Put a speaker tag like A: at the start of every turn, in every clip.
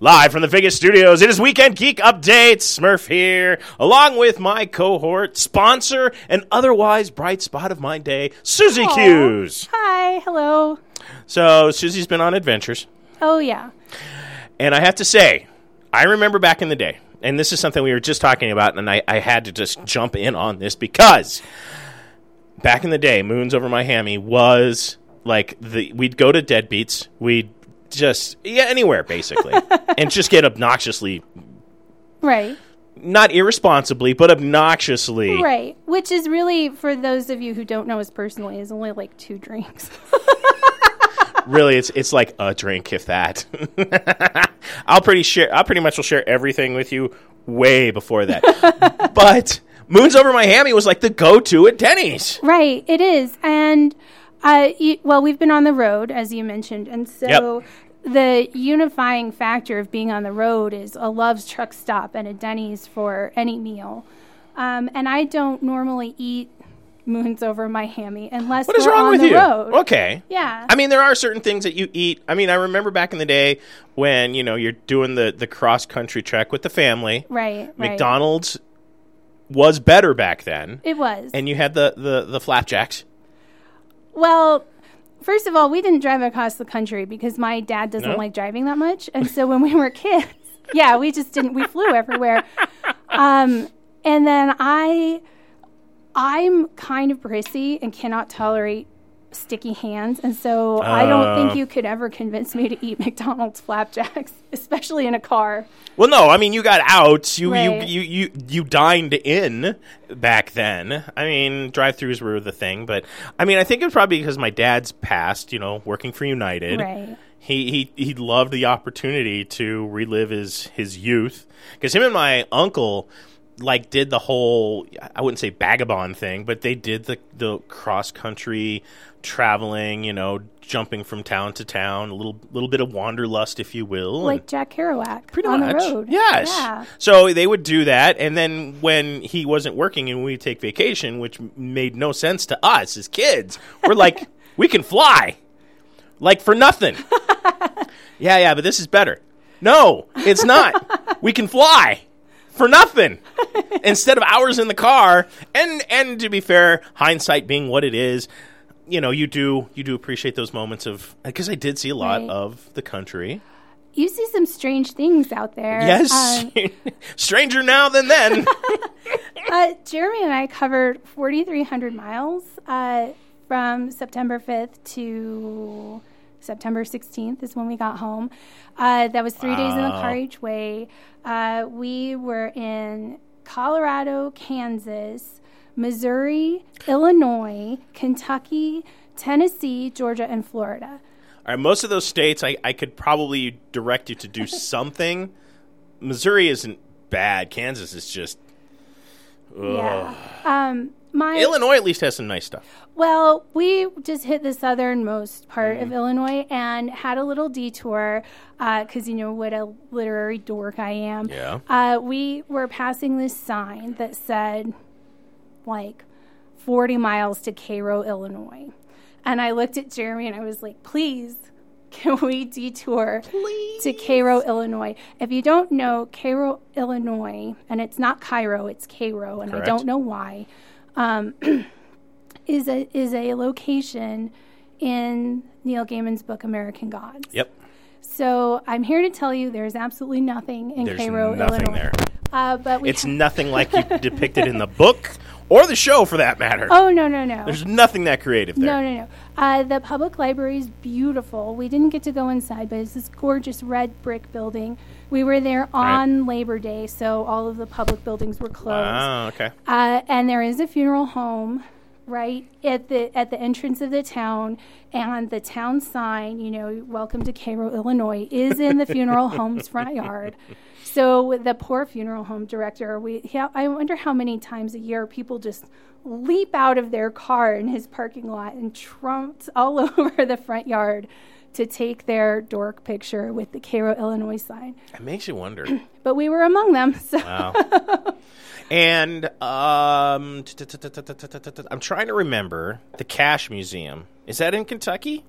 A: Live from the Vegas studios, it is Weekend Geek Update. Smurf here, along with my cohort, sponsor, and otherwise bright spot of my day, Susie
B: Aw.
A: Q's.
B: Hi, hello.
A: So, Susie's been on adventures,
B: Oh yeah.
A: and I have to say, I remember back in the day, and this is something we were just talking about, and I, I had to just jump in on this because back in the day, Moons Over My Hammy was like the we'd go to Deadbeats, we'd just yeah anywhere basically, and just get obnoxiously
B: Right.
A: not irresponsibly, but obnoxiously.
B: Right. Which is really for those of you who don't know us personally is only like two drinks.
A: Really, it's it's like a drink, if that. I'll pretty share. I pretty much will share everything with you way before that. but Moons Over My Hammy was like the go-to at Denny's.
B: right, it is. And uh y- well, we've been on the road as you mentioned. And so the unifying factor of being on the road is a Love's truck stop and a Denny's for any meal. Um, and I don't normally eat moons over my hammy unless
A: What is
B: we're
A: wrong
B: on
A: with
B: the
A: you?
B: road.
A: Okay.
B: Yeah.
A: I mean, there are certain things that you eat. I mean, I remember back in the day when you know you're doing the the cross country trek with the family.
B: right, right.
A: McDonald's was better back then,
B: It was.
A: and you had the the the flapjacks.
B: Well, first of all, we didn't drive across the country because my dad doesn't
A: No?
B: like driving that much, and so when we were kids, yeah, we just didn't. We flew everywhere, um, and then I, I'm kind of prissy and cannot tolerate sticky hands, and so I don't
A: Oh.
B: think you could ever convince me to eat McDonald's flapjacks, especially in a car.
A: Well, no, I mean you got out. You
B: Right.
A: you, you you you dined in back then. I mean, drive-throughs were the thing, but I mean, I think it's probably because my dad's past, you know, working for United.
B: Right.
A: He he he loved the opportunity to relive his his youth because him and my uncle like did the whole I wouldn't say vagabond thing, but they did the the cross country traveling, you know, jumping from town to town, a little little bit of wanderlust, if you will, and-
B: Like Jack Kerouac
A: pretty
B: on
A: much.
B: the road.
A: Yes.
B: Yeah.
A: So they would do that, and then when he wasn't working and we take vacation, which m- made no sense to us as kids, we're like, we can fly, like for nothing. yeah, yeah, but this is better. No, it's not. we can fly for nothing instead of hours in the car. And and to be fair, hindsight being what it is. You know, you do you do appreciate those moments of because I did see a lot
B: Right.
A: of the country.
B: You see some strange things out there. Um,
A: Yes. Stranger now than then.
B: Uh, Jeremy and I covered 4,300 miles uh, from September 5th to September 16th is when we got home. Uh, that was three days in the car each way. Uh, we were in Colorado, Kansas, Missouri, Illinois, Kentucky, Tennessee, Georgia, and Florida.
A: All right, most of those states I, I could probably direct you to do something. Missouri isn't bad. Kansas is just
B: Yeah. Um, my
A: Illinois at least has some nice stuff.
B: Well, we just hit the southernmost part of Illinois and had a little detour because you know what a literary dork I am.
A: Yeah.
B: Uh, we were passing this sign that said, like, 40 miles to Cairo, Illinois. And I looked at Jeremy and I was like, please, can we detour to Cairo, Illinois? If you don't know, Cairo, Illinois, and it's not Cairo, it's Cairo, and I
A: Correct.
B: don't know why, um, is, a, is a location in Neil Gaiman's book, American Gods.
A: Yep.
B: So I'm here to tell you there's absolutely nothing in
A: There's
B: Cairo,
A: nothing
B: Illinois.
A: there.
B: Uh, but we
A: It's nothing like you depicted in the book or the show for that matter.
B: oh no no no
A: There's nothing that creative there.
B: no no no. Uh, the public library is beautiful. We didn't get to go inside, but it's this gorgeous red brick building. We were there on Labor Day, so all of the public buildings were closed.
A: Oh, okay.
B: Uh, and there is a funeral home right at the at the entrance of the town, and the town sign, you know, "Welcome to Cairo, Illinois," is in the funeral home's front yard. So the poor funeral home director, we he, I wonder how many times a year people just leap out of their car in his parking lot and trumps all over the front yard to take their dork picture with the Cairo, Illinois sign.
A: It makes you wonder.
B: But we were among them. So
A: Wow. and um, t- t- t- t- t- t- t- t- t- I'm trying to remember the Cash Museum. Is that in Kentucky?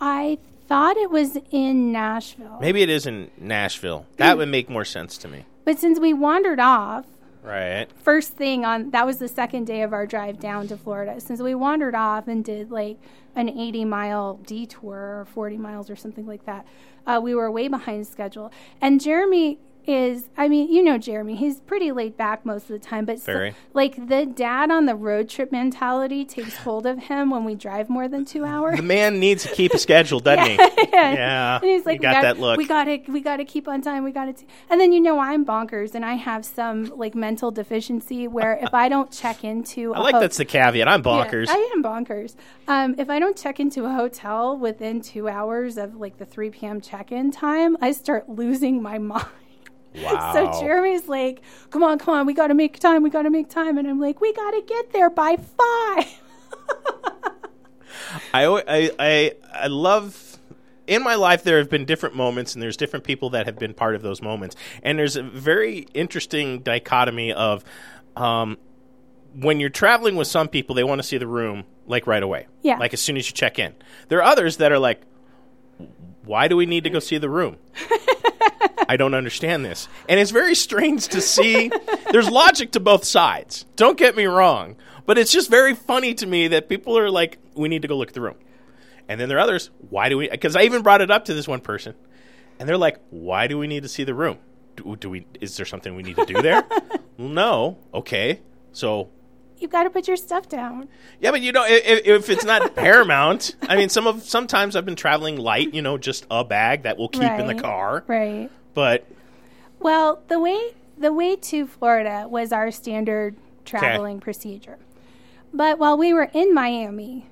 B: I thought it was in Nashville.
A: Maybe it is in Nashville. That would make more sense to me.
B: But since we wandered off,
A: Right.
B: first thing on that was the second day of our drive down to Florida. Since we wandered off and did like an 80 mile detour or 40 miles or something like that, uh, we were way behind schedule. And Jeremy is, I mean, you know Jeremy, he's pretty laid back most of the time, but so-
A: Very.
B: like the dad on the road trip mentality takes hold of him when we drive more than two hours.
A: The man needs to keep a schedule, doesn't he? Yeah.
B: And he's like,
A: you got
B: we gotta,
A: that look.
B: We gotta, we gotta keep on time. We gotta. T-. And then you know I'm bonkers, and I have some like mental deficiency where if I don't check into,
A: I like that's the caveat. I'm bonkers.
B: I am bonkers. Um, if I don't check into a hotel within two hours of like the 3 p.m. check-in time, I start losing my mind.
A: wow.
B: So Jeremy's like, "Come on, come on, we gotta make time. We gotta make time." And I'm like, "We gotta get there by five.
A: I, al- I, I, I love. In my life, there have been different moments, and there's different people that have been part of those moments. And there's a very interesting dichotomy of um, when you're traveling with some people, they want to see the room like right away,
B: Yeah.
A: like as soon as you check in. There are others that are like, "Why do we need to go see the room?" I don't understand this. And it's very strange to see. There's logic to both sides. Don't get me wrong. But it's just very funny to me that people are like, we need to go look at the room. And then there are others, why do we? Because I even brought it up to this one person. And they're like, why do we need to see the room? Do, do we? Is there something we need to do there? well, no. Okay. So,
B: You gotta put your stuff down."
A: yeah, but you know, if, if it's not paramount, I mean, some of sometimes I've been traveling light, you know, just a bag that we'll keep in the
B: Right.
A: car.
B: Right.
A: But
B: Well, the way the way to Florida was our standard traveling procedure. But while we were in Miami,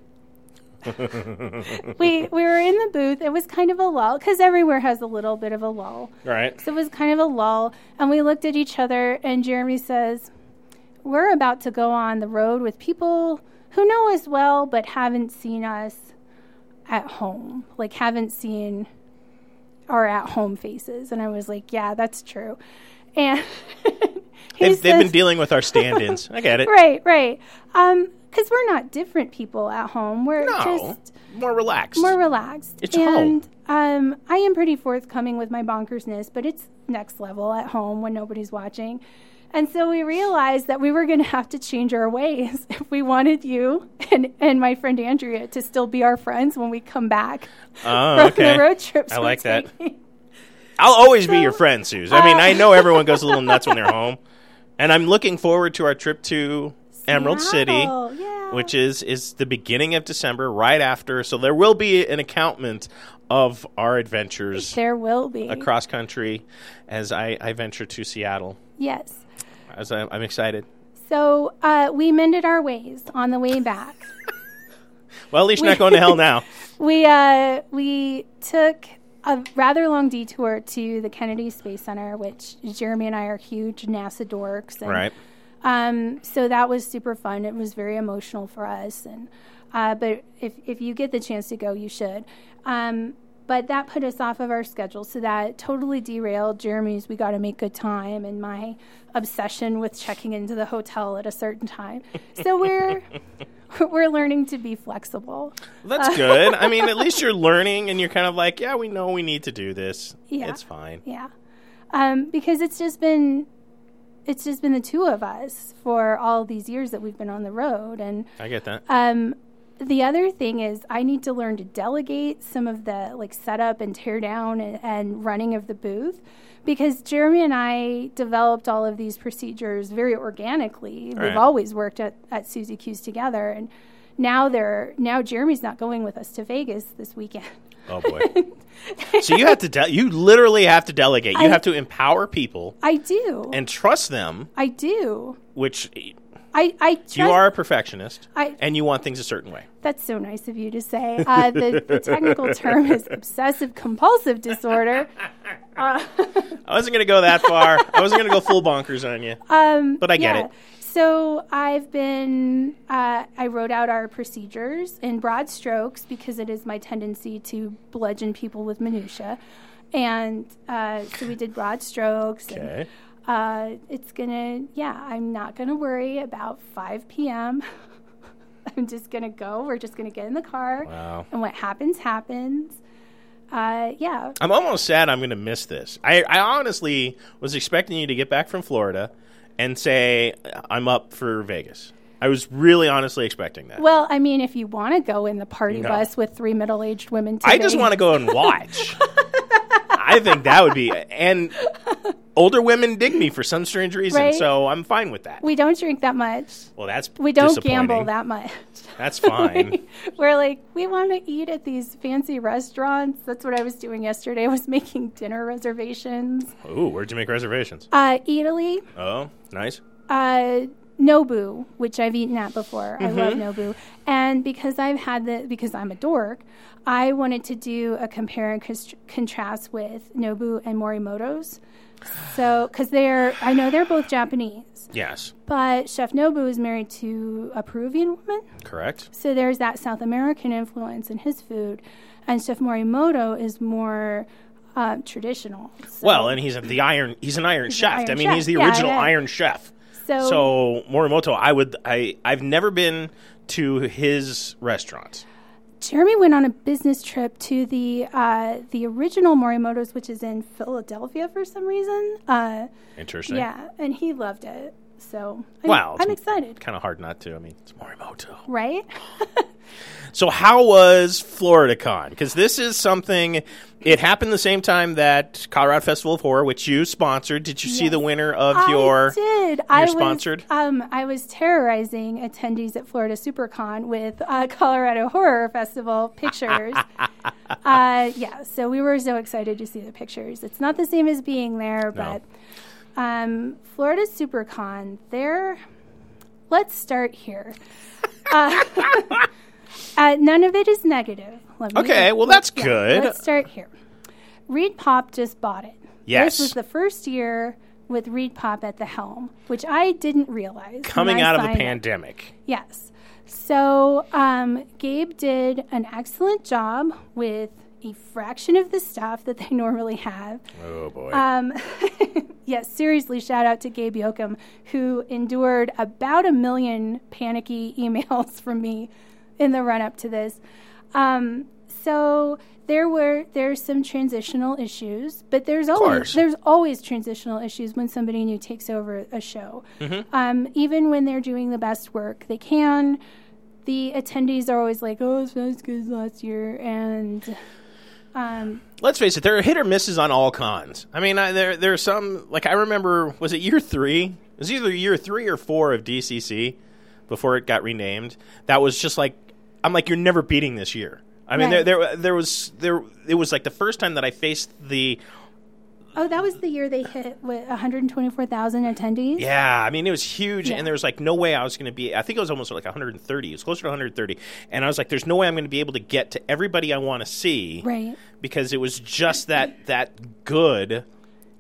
B: we we were in the booth. It was kind of a lull because everywhere has a little bit of a lull.
A: all right,
B: So it was kind of a lull, and we looked at each other, and Jeremy says, "We're about to go on the road with people who know us well but haven't seen us at home, like haven't seen our at-home faces." And I was like, "Yeah, that's true." And he
A: They've, they've been
B: says-
A: dealing with our stand-ins. I get it.
B: right, right, because we're not different people at home. We're
A: No,
B: just
A: more relaxed.
B: more relaxed.
A: It's
B: and, Um, I am pretty forthcoming with my bonkersness, but it's next level at home when nobody's watching. And so we realized that we were going to have to change our ways if we wanted you and, and my friend Andrea to still be our friends when we come back
A: oh,
B: from
A: okay.
B: the road trips.
A: I
B: we're
A: like that.
B: taking.
A: I'll always be your
B: So,
A: friend, Suze. I mean,
B: uh,
A: I know everyone goes a little nuts when they're home, and I'm looking forward to our trip to Emerald City,
B: Seattle, yeah.
A: which is is the beginning of December, right after. So there will be an accountment of our adventures
B: there will be.
A: across country as I, I venture to Seattle.
B: Yes.
A: As I, I'm excited.
B: So uh, we mended our ways on the way back.
A: Well, at least you're not going to hell now.
B: We uh, we took a rather long detour to the Kennedy Space Center, which Jeremy and I are huge NASA dorks. And,
A: Right.
B: Um, so that was super fun. It was very emotional for us, and uh, but if if you get the chance to go, you should. Um, but that put us off of our schedule, so that totally derailed Jeremy's. We got to make good time, and my obsession with checking into the hotel at a certain time. So we're we're learning to be flexible.
A: That's good. I mean, at least you're learning and you're kind of like, yeah, we know we need to do this.
B: Yeah.
A: It's fine.
B: Yeah, um, because it's just been it's just been the two of us for all these years that we've been on the road, and
A: I get that.
B: um, the other thing is I need to learn to delegate some of the like setup and tear down and, and running of the booth because Jeremy and I developed all of these procedures very organically.
A: Right.
B: We've always worked at, at Suzy Q's together, and now they're now Jeremy's not going with us to Vegas this weekend.
A: oh boy. so you have to de- you literally have to delegate. You
B: I-
A: have to empower people
B: I do.
A: and trust them,
B: I do.
A: which
B: I, I just,
A: You are a perfectionist,
B: I-
A: and you want things a certain way.
B: That's so nice of you to say. Uh, the, the technical term is obsessive compulsive disorder.
A: I wasn't gonna go that far. I wasn't gonna go full bonkers on you.
B: Um,
A: But I get it.
B: So I've been, uh, I wrote out our procedures in broad strokes because it is my tendency to bludgeon people with minutia, and uh, so we did broad strokes. and,
A: Okay.
B: uh, it's gonna, yeah, I'm not gonna worry about 5 p.m. I'm just gonna go. We're just gonna get in the car,
A: Wow.
B: and what happens happens. Uh, yeah,
A: I'm almost sad I'm going to miss this. I, I honestly was expecting you to get back from Florida and say, I'm up for Vegas. I was really honestly expecting that.
B: Well, I mean, if you want to go in the party
A: No.
B: bus with three middle-aged women,
A: I just want to go and watch. I think that would be. And older women dig me for some strange reason,
B: Right?
A: so I'm fine with that.
B: We don't drink that much.
A: well, that's
B: We don't gamble
A: disappointing.
B: that much.
A: That's fine.
B: We're like, we want to eat at these fancy restaurants. That's what I was doing yesterday. I was making dinner reservations.
A: Ooh, where'd you make reservations?
B: Uh, Italy,
A: Oh, nice.
B: uh, Nobu, which I've eaten at before. I love Nobu, and because I've had the because I'm a dork, I wanted to do a compare and const- contrast with Nobu and Morimoto's. So, because they're, I know they're both Japanese,
A: Yes,
B: but Chef Nobu is married to a Peruvian woman,
A: correct.
B: so there's that South American influence in his food, and Chef Morimoto is more uh, traditional. So,
A: Well, and he's the iron. He's an iron chef.
B: iron
A: I mean,
B: chef.
A: he's the
B: Yeah, I
A: original
B: know.
A: iron chef.
B: so,
A: So Morimoto, I would I I've never been to his restaurant.
B: Jeremy went on a business trip to the uh, the original Morimoto's, which is in Philadelphia for some reason. Uh,
A: Interesting.
B: yeah, and he loved it. So I'm,
A: Wow.
B: I'm excited,
A: Kind of hard not to. I mean, it's Morimoto.
B: right?
A: So how was FloridaCon? Because this is something. It happened the same time that Colorado Festival of Horror, which you sponsored. Did you see the winner of your?
B: I did. I was,
A: sponsored?
B: Um, I was terrorizing attendees at Florida SuperCon with uh, Colorado Horror Festival pictures. uh, yeah, so we were so excited to see the pictures. It's not the same as being
A: No.
B: there, but um, Florida SuperCon, there. Let's start here. Uh, uh, none of it is negative. Let me-
A: Okay, well, that's good.
B: Let's start here. Reed Pop just bought it.
A: Yes.
B: This was the first year with Reed Pop at the helm, which I didn't realize. when
A: Coming
B: I
A: out of the
B: signed up.
A: pandemic.
B: Yes. So um, Gabe did an excellent job with a fraction of the stuff that they normally have.
A: Oh boy.
B: Um, yes, seriously, shout out to Gabe Yoakum, who endured about a million panicky emails from me in the run up to this. Um, so there were there's some transitional issues, but there's always
A: course.
B: there's always transitional issues when somebody new takes over a show.
A: Mm-hmm.
B: Um, even when they're doing the best work they can, the attendees are always like, "Oh, it's not as good as last year," and um,
A: let's face it, there are hit or misses on all cons. I mean, I, there there are some like I remember was it year three? It was either year three or four of DCC before it got renamed. That was just like I'm like you're never beating this year. I mean,
B: Right.
A: there there there was there it was like the first time that I faced the
B: Oh, that was the year they hit with 124,000 attendees.
A: yeah. I mean, it was huge,
B: Yeah.
A: and there was like no way I was going to be. I think it was almost like 130. It was closer to 130, and I was like, there's no way I'm going to be able to get to everybody I want to see.
B: Right.
A: because it was just that that good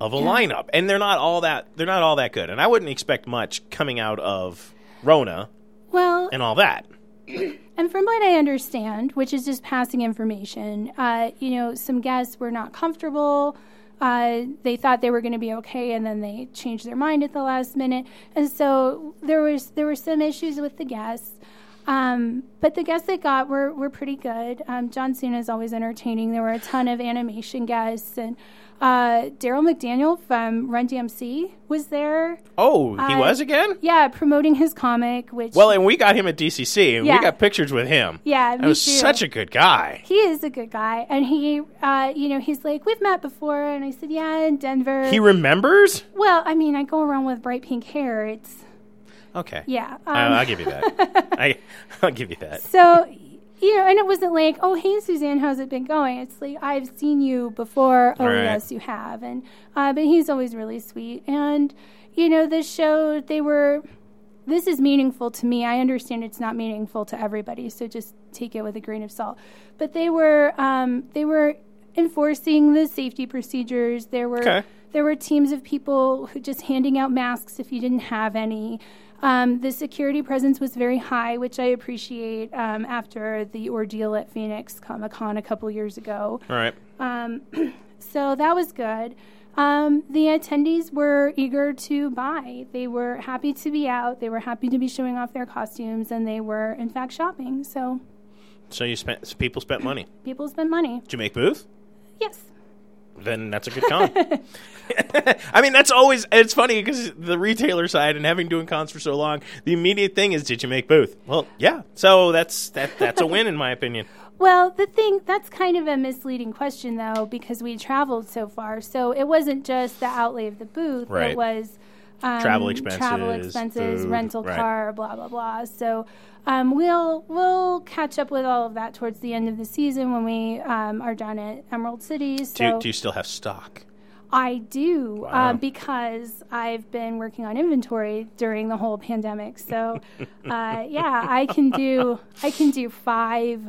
A: of a lineup, and they're not all that they're not all that good, and I wouldn't expect much coming out of Rona
B: Well,
A: and all that.
B: and from what I understand, which is just passing information, uh, you know, some guests were not comfortable. Uh, they thought they were going to be okay, and then they changed their mind at the last minute, and so there was there were some issues with the guests. Um, but the guests that got were were pretty good. Um, John Cena is always entertaining. There were a ton of animation guests, and uh, Daryl McDaniel from Run DMC was there.
A: Oh, he
B: I-
A: was again.
B: Yeah, promoting his comic, which
A: Well, and we got him at DCC, and
B: Yeah.
A: we got pictures with him.
B: yeah,
A: that
B: me
A: was
B: too.
A: such a good guy.
B: he is a good guy, and he, uh, you know, he's like we've met before, and I said yeah in Denver.
A: He remembers.
B: well, I mean, I go around with bright pink hair. It's
A: Okay.
B: yeah. Um,
A: Uh, I- I'll give you that. I, I'll give you that.
B: so you know, and it wasn't like oh hey Suzanne, how's it been going? It's like I've seen you before. Oh
A: Right.
B: yes, you have, and uh, but he's always really sweet, and you know, this show they were this is meaningful to me. I understand it's not meaningful to everybody, so just take it with a grain of salt. But they were um, they were enforcing the safety procedures. There were
A: Okay.
B: there were teams of people who just handing out masks if you didn't have any. Um, the security presence was very high, which I appreciate um, after the ordeal at Phoenix Comic Con a couple years ago.
A: All right.
B: So that was good. Um, the attendees were eager to buy. They were happy to be out. They were happy to be showing off their costumes, and they were, in fact, shopping. So
A: So you spent so people spent money.
B: people spend money.
A: Did you make booth?
B: Yes.
A: Then that's a good con. I mean, that's always it's funny because the retailer side and having doing cons for so long, the immediate thing is, did you make booth? Well, yeah. So that's that that's a win in my opinion.
B: Well, the thing that's kind of a misleading question, though, because we traveled so far. So it wasn't just the outlay of the booth,
A: Right.
B: it was um,
A: Travel
B: travel
A: expenses,
B: expenses,
A: food,
B: rental
A: right.
B: car, blah blah blah. So um, we'll we'll catch up with all of that towards the end of the season when we um, are down at Emerald City. So
A: Do, you- do you still have stock?
B: I do
A: Wow.
B: uh, because I've been working on inventory during the whole pandemic. So, uh, yeah, I can do I can do five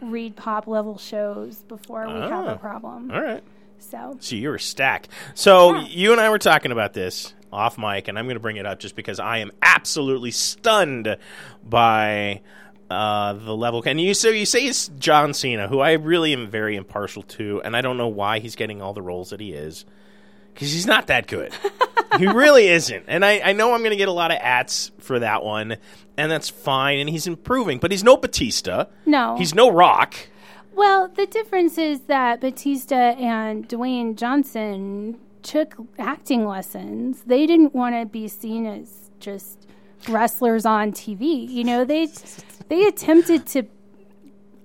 B: read pop level shows before we have
A: Ah.
B: a problem.
A: All right.
B: So,
A: So you were stacked. So
B: Yeah.
A: you and I were talking about this off mic, and I'm going to bring it up just because I am absolutely stunned by uh, the level. And you so you say it's John Cena, who I really am very impartial to, and I don't know why he's getting all the roles that he is because he's not that good. he really isn't. And I, I know I'm going to get a lot of ats for that one, and that's fine. And he's improving, but he's no Batista.
B: No.
A: He's no Rock.
B: well, the difference is that Batista and Dwayne Johnson took acting lessons. They didn't want to be seen as just wrestlers on TV. You know, they they attempted to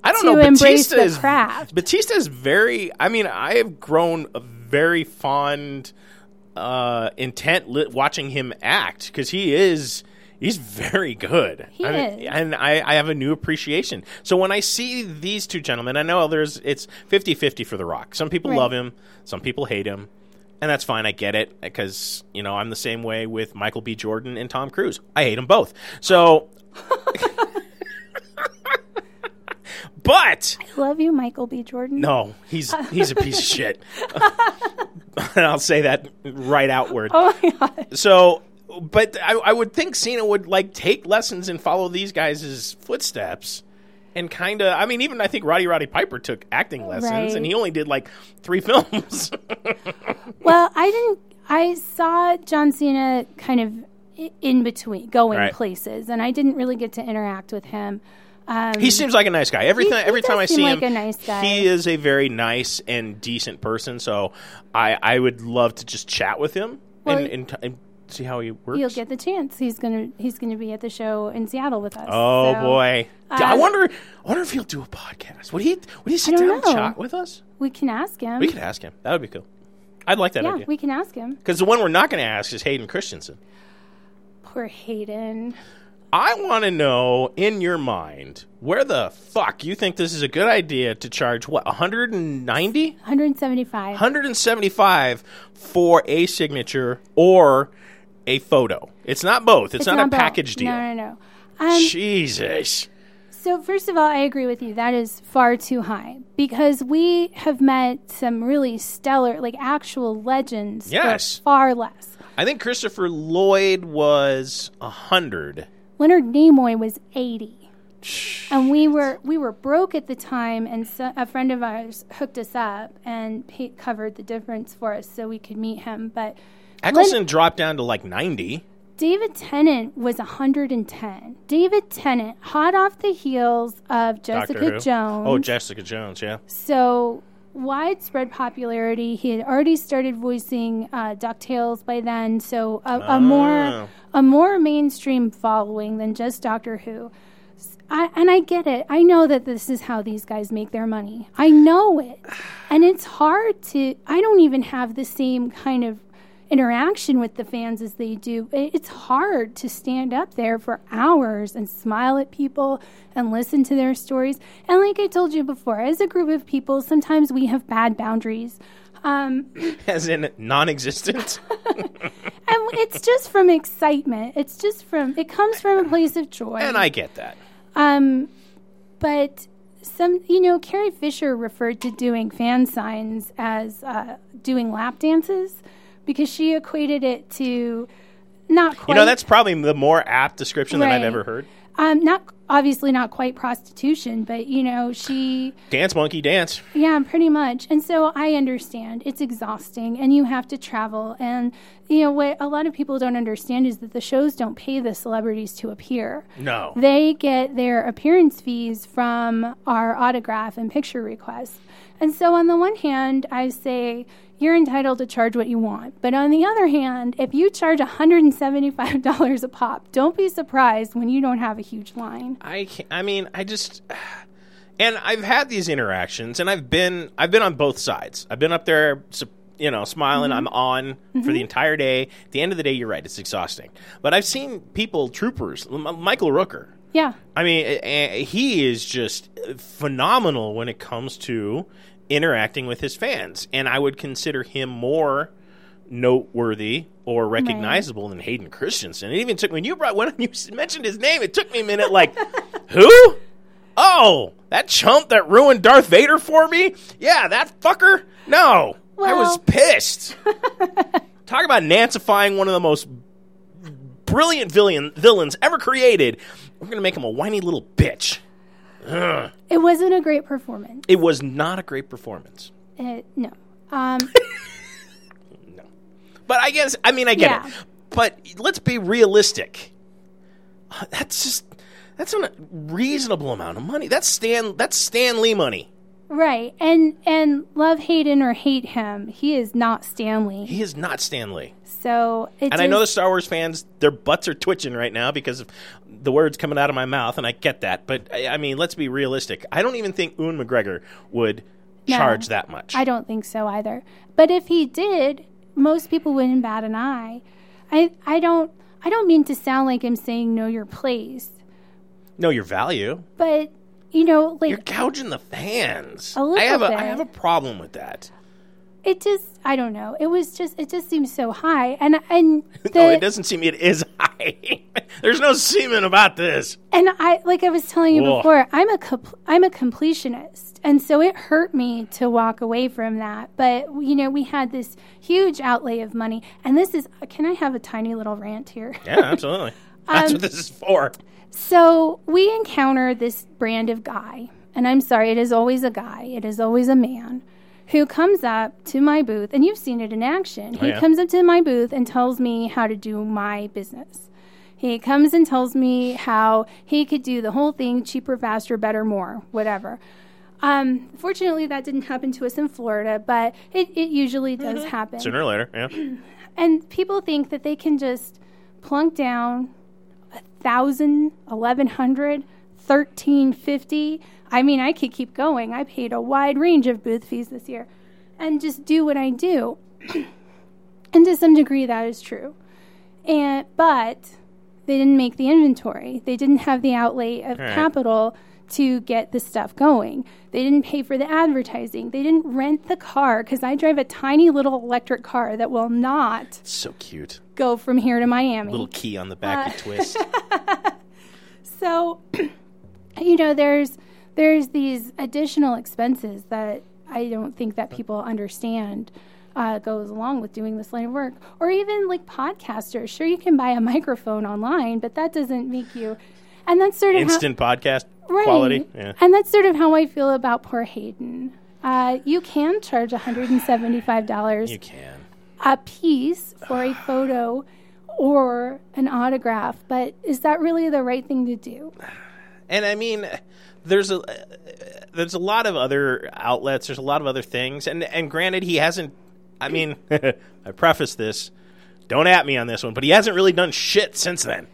A: I don't
B: to
A: know.
B: embrace
A: Batista
B: the
A: is
B: craft.
A: Batista is very. I mean, I have grown a very fond, uh, intent li- watching him act because he is. He's very good.
B: He
A: I mean,
B: is.
A: And I, I have a new appreciation. So when I see these two gentlemen, I know there's it's 50 50 for The Rock. Some people
B: Right.
A: love him, some people hate him. And that's fine. I get it because, you know, I'm the same way with Michael B. Jordan and Tom Cruise. I hate them both. So. but.
B: love you, Michael B. Jordan.
A: No, he's he's a piece of shit. and I'll say that right outward.
B: Oh my god.
A: So, but I, I would think Cena would like take lessons and follow these guys' footsteps. And kind of, I mean, even I think Roddy Roddy Piper took acting lessons, and
B: Right.
A: he only did like three films.
B: Well, I didn't. I saw John Cena kind of i- in between, going
A: Right.
B: places, and I didn't really get to interact with him. Um,
A: he seems like a nice guy. Every
B: He-
A: time,
B: he
A: every
B: does
A: time I
B: seem
A: see
B: like
A: him,
B: a nice guy.
A: he is a very nice and decent person. So, I I would love to just chat with him
B: Well,
A: and, and, t- and see how he works.
B: you'll get the chance. He's gonna he's gonna be at the show in Seattle with us.
A: Oh
B: So,
A: boy! I
B: uh,
A: wonder. I wonder if he'll do a podcast. Would he? Would he sit
B: I
A: down and
B: don't know.
A: chat with us?
B: we can ask him.
A: We could ask him. That would be cool. I'd like that
B: yeah,
A: idea.
B: we can ask him.
A: Because the one we're not going to ask is Hayden Christensen.
B: Poor Hayden.
A: I want to know in your mind where the fuck you think this is a good idea to charge what 190,
B: 175.
A: 175 for a signature or a photo. It's not both. It's, not, a
B: both.
A: package deal.
B: No, no, no. Um,
A: Jesus.
B: So, first of all, I agree with you. That is far too high because we have met some really stellar, like actual legends
A: Yes.
B: for far less.
A: I think Christopher Lloyd was 100.
B: Leonard Nimoy was 80. And we were we were broke at the time, and so, a friend of ours hooked us up and pa covered the difference for us so we could meet him. But
A: Eccleston dropped down to like 90.
B: David Tennant was 110. David Tennant, hot off the heels of
A: Doctor
B: Jessica
A: Who.
B: Jones.
A: Oh, Jessica Jones, yeah.
B: So widespread popularity. He had already started voicing uh, Ducktales by then, so a, a
A: Ah.
B: more a more mainstream following than just Doctor Who. S- I, and I get it. I know that this is how these guys make their money. I know it, and it's hard to. I don't even have the same kind of interaction with the fans as they do. I- It's hard to stand up there for hours and smile at people and listen to their stories. And like I told you before, as a group of people, sometimes we have bad boundaries. Um,
A: As in non existent.
B: and it's just from excitement. It's just from it comes from a place of joy.
A: and I get that.
B: Um, but some, you know, Carrie Fisher referred to doing fan signs as uh, doing lap dances because she equated it to not
A: You
B: quite.
A: know, that's probably the more apt description that I've
B: Right.
A: ever heard.
B: um, not obviously not quite prostitution, but you know, she,
A: Dance monkey dance.
B: yeah, pretty much. And so I understand it's exhausting, and you have to travel, and you know what a lot of people don't understand is that the shows don't pay the celebrities to appear.
A: No.
B: they get their appearance fees from our autograph and picture requests. And so, on the one hand, I say you're entitled to charge what you want. But on the other hand, if you charge $175 a pop, don't be surprised when you don't have a huge line.
A: I can't, I mean, I just and I've had these interactions and I've been I've been on both sides. I've been up there su- you know, smiling, I'm on for the entire day. At the end of the day, you're right, it's exhausting. But I've seen people troopers, M- Michael Rooker.
B: Yeah.
A: I mean, a- a- he is just phenomenal when it comes to interacting with his fans, and I would consider him more noteworthy or recognizable than Hayden Christensen. It even took when you brought when you mentioned his name, it took me a minute. Like, who? Oh, that chump that ruined Darth Vader for me? Yeah, that fucker. No, I was
B: Well-
A: pissed. Talk about nancifying one of the most brilliant villain villains ever created. We're gonna make him a whiny little bitch.
B: It wasn't a great performance.
A: It was not a great performance.
B: It, no. Um,
A: But I guess I mean I get
B: Yeah.
A: it. But let's be realistic. Uh, That's just that's an reasonable amount of money. That's Stan that's Stan Lee money.
B: right. And and love Hayden or hate him, he is not Stanley.
A: He is not Stan Lee.
B: So it
A: And I know the
B: just-
A: Star Wars fans, their butts are twitching right now because of the words coming out of my mouth, and I get that. But I, I mean, let's be realistic. I don't even think Ewan McGregor would
B: No.
A: charge that much.
B: I don't think so either. But if he did, most people wouldn't bat an eye. I I don't I don't mean to sound like I'm saying know your place,
A: know your value.
B: but you know, like
A: You're gouging the fans.
B: A little
A: I have a
B: bit.
A: I have a problem with that.
B: it just I don't know. It was just it just seems so high, and and the,
A: no, Oh, it doesn't seem it is high. There's no semen about this.
B: and I like I was telling you
A: Whoa.
B: before, I'm a compl- I'm a completionist, and so it hurt me to walk away from that. But you know, we had this huge outlay of money, and this is can I have a tiny little rant here?
A: Yeah, absolutely. That's
B: Um,
A: what this is for.
B: So we encounter this brand of guy, and I'm sorry, it is always a guy, it is always a man, who comes up to my booth, and you've seen it in action. he
A: yeah.
B: comes up to my booth and tells me how to do my business. He comes and tells me how he could do the whole thing cheaper, faster, better, more, whatever. Um, fortunately, that didn't happen to us in Florida, but it, it usually does happen.
A: Sooner or later, yeah.
B: And people think that they can just plunk down a thousand, eleven hundred, thirteen fifty. I mean, I could keep going. I paid a wide range of booth fees this year and just do what I do. and to some degree, that is true. And, but they didn't make the inventory, they didn't have the outlay of
A: Right.
B: capital. To get the stuff going, they didn't pay for the advertising. They didn't rent the car because I drive a tiny little electric car that will not
A: So cute.
B: go from here to Miami.
A: Little key on the back
B: Uh,
A: with twist.
B: Uh-huh. So, you know, there's there's these additional expenses that I don't think that people understand uh, goes along with doing this line of work, or even like podcasters. Sure, you can buy a microphone online, but that doesn't make you. And that's sort of how-
A: Instant podcast
B: right.
A: quality. Yeah.
B: And that's sort of how I feel about poor Hayden. Uh, you can charge $175
A: You can.
B: a piece for a photo or an autograph, but is that really the right thing to do?
A: and I mean, there's a there's a lot of other outlets. There's a lot of other things, and and granted, he hasn't. I mean, I preface this. Don't at me on this one, but he hasn't really done shit since then.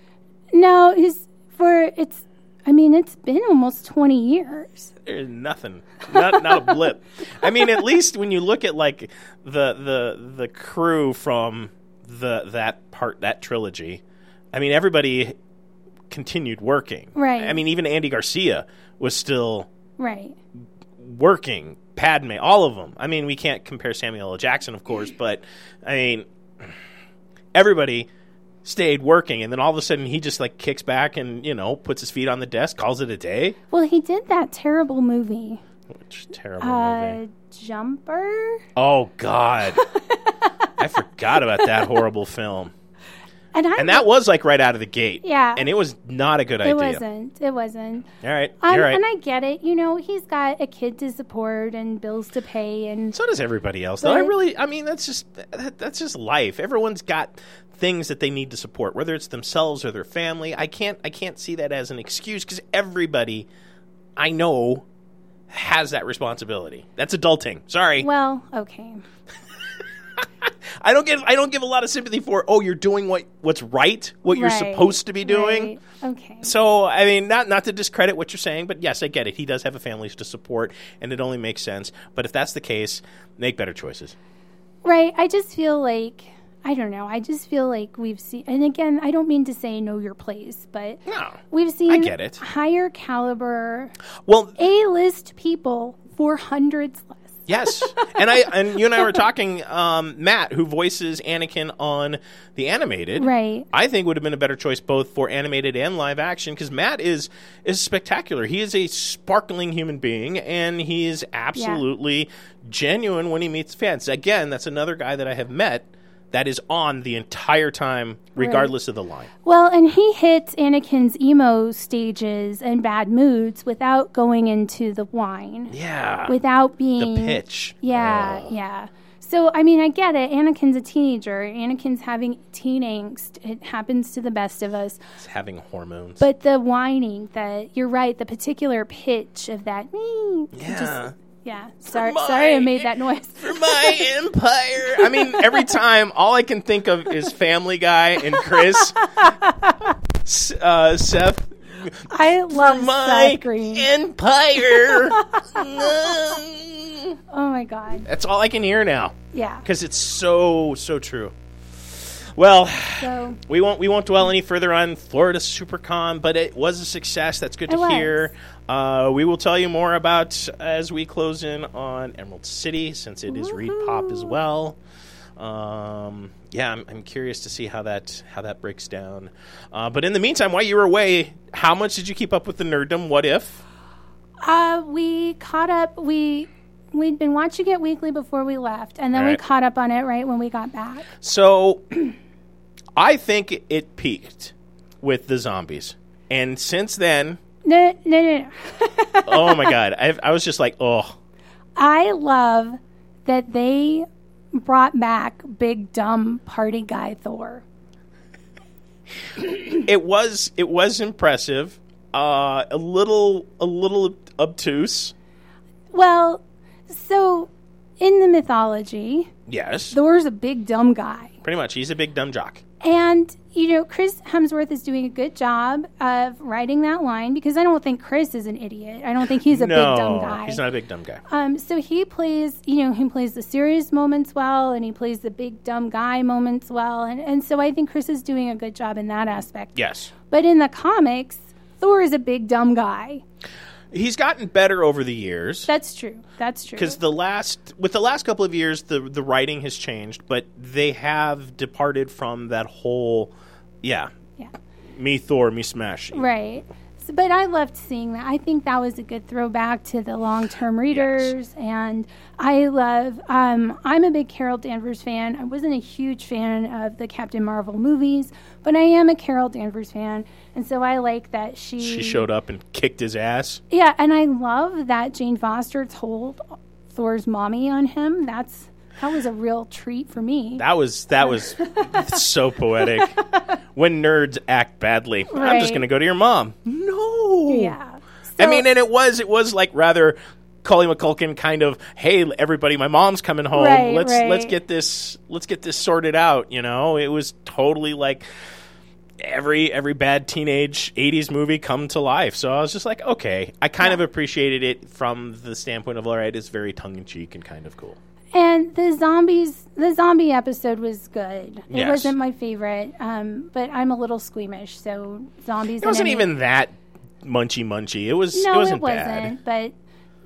B: No, is for it's. I mean, it's been almost twenty years.
A: There's nothing, not not a blip. I mean, at least when you look at like the the the crew from the that part that trilogy, I mean, everybody continued working.
B: Right.
A: I mean, even Andy Garcia was still
B: Right.
A: working Padme, all of them. I mean, we can't compare Samuel L. Jackson, of course, but I mean, everybody stayed working, and then all of a sudden he just like kicks back and you know puts his feet on the desk, calls it a day.
B: Well, he did that terrible movie,
A: Which terrible
B: uh,
A: movie!
B: Jumper.
A: Oh God, I forgot about that horrible film.
B: And I
A: And that was like right out of the gate.
B: Yeah.
A: and it was not a good
B: it
A: idea.
B: wasn't. It wasn't.
A: All right,
B: Um,
A: you're right.
B: And I get it. You know, he's got a kid to support and bills to pay, and
A: So does everybody else. Though I
B: Right.
A: really, I mean, that's just that, that's just life. Everyone's got things that they need to support, whether it's themselves or their family. I can't I can't see that as an excuse because everybody I know has that responsibility. That's adulting. Sorry,
B: well, okay.
A: I don't give I don't give a lot of sympathy for. Oh, you're doing what what's right, what you're
B: Right,
A: supposed to be doing.
B: right, Okay.
A: So I mean, not not to discredit what you're saying, but yes, I get it. He does have a family to support, and it only makes sense. But if that's the case, make better choices.
B: Right. I just feel like I don't know. I just feel like we've seen, and again, I don't mean to say know your place, but
A: No.
B: we've seen
A: get it.
B: higher caliber
A: Well,
B: A list people for hundreds less.
A: Yes, and I and you and I were talking. Um, Matt, who voices Anakin on the animated,
B: Right.
A: I think would have been a better choice both for animated and live action because Matt is is spectacular. He is a sparkling human being, and he is absolutely genuine when he meets fans. Again, that's another guy that I have met that is on the entire time, regardless of the line.
B: Well, and he hits Anakin's emo stages and bad moods without going into the wine,
A: Yeah, Oh.
B: without being
A: pitch.
B: Yeah, yeah. So I mean, I get it. Anakin's a teenager. Anakin's having teen angst. It happens to the best of us.
A: It's having hormones.
B: But the whining, the you're right, the particular pitch of that. "Mee," it just-
A: Yeah.
B: yeah. Sorry, sorry, I
A: my-
B: made that noise.
A: for my empire. I mean, every time, all I can think of is Family Guy and Chris, S- uh, Seth.
B: I love
A: My
B: Seth Green.
A: empire. Mm.
B: oh my god.
A: That's all I can hear now
B: Yeah.
A: because it's so so true. Well,
B: So
A: we won't we won't dwell any further on Florida SuperCon, but it was a success. That's good to
B: It was.
A: hear. Uh, we will tell you more about as we close in on Emerald City, since it is Reed Pop as well. Um, yeah, I'm, I'm curious to see how that how that breaks down. Uh, but in the meantime, while you were away, how much did you keep up with the nerddom? What if?
B: uh, we caught up. We we'd been watching it weekly before we left, and then we
A: Alright.
B: caught up on it right when we got back.
A: So, I think it peaked with the zombies, and since then,
B: No, no, no. no.
A: oh my god, I, I was just like, oh.
B: I love that they brought back big dumb party guy Thor.
A: it was it was impressive. Uh, a little a little obtuse.
B: Well, so in the mythology,
A: Yes,
B: Thor's a big dumb guy.
A: pretty much. He's a big dumb jock.
B: And, you know, Chris Hemsworth is doing a good job of writing that line because I don't think Chris is an idiot. I don't think he's a
A: no,
B: big dumb guy.
A: he's not a big dumb guy.
B: Um, so he plays, you know, he plays the serious moments well and he plays the big dumb guy moments well. And, and so I think Chris is doing a good job in that aspect.
A: Yes,
B: But in the comics, Thor is a big dumb guy.
A: he's gotten better over the years
B: That's true. That's true.
A: because the last with the last couple of years, the the writing has changed, but they have departed from that whole, yeah,
B: yeah.
A: me Thor, me Smash.
B: Right. So, but I loved seeing that. I think that was a good throwback to the long-term readers, and I love. Um, I'm a big Carol Danvers fan. I wasn't a huge fan of the Captain Marvel movies, but I am a Carol Danvers fan, and so I like that she.
A: She showed up and kicked his ass.
B: Yeah, and I love that Jane Foster told Thor's mommy on him. That's that was a real treat for me.
A: That was that was so poetic. When nerds act badly, I'm just
B: Right.
A: going to go to your mom. No.
B: yeah.
A: I mean, and it was it was like rather Cully McCulkin kind of, hey, everybody, my mom's coming home.
B: Right,
A: let's let's
B: right.
A: get this let's get this sorted out. You know, it was totally like every every bad teenage '80s movie come to life. So I was just like, okay, I kind of appreciated it from the standpoint of all right, it's very tongue in cheek and kind of cool.
B: And the zombies, the zombie episode was good. It
A: Yes.
B: wasn't my favorite, um, but I'm a little squeamish, so zombies.
A: It wasn't even that munchy munchy. It was
B: No,
A: it wasn't, bad.
B: wasn't. But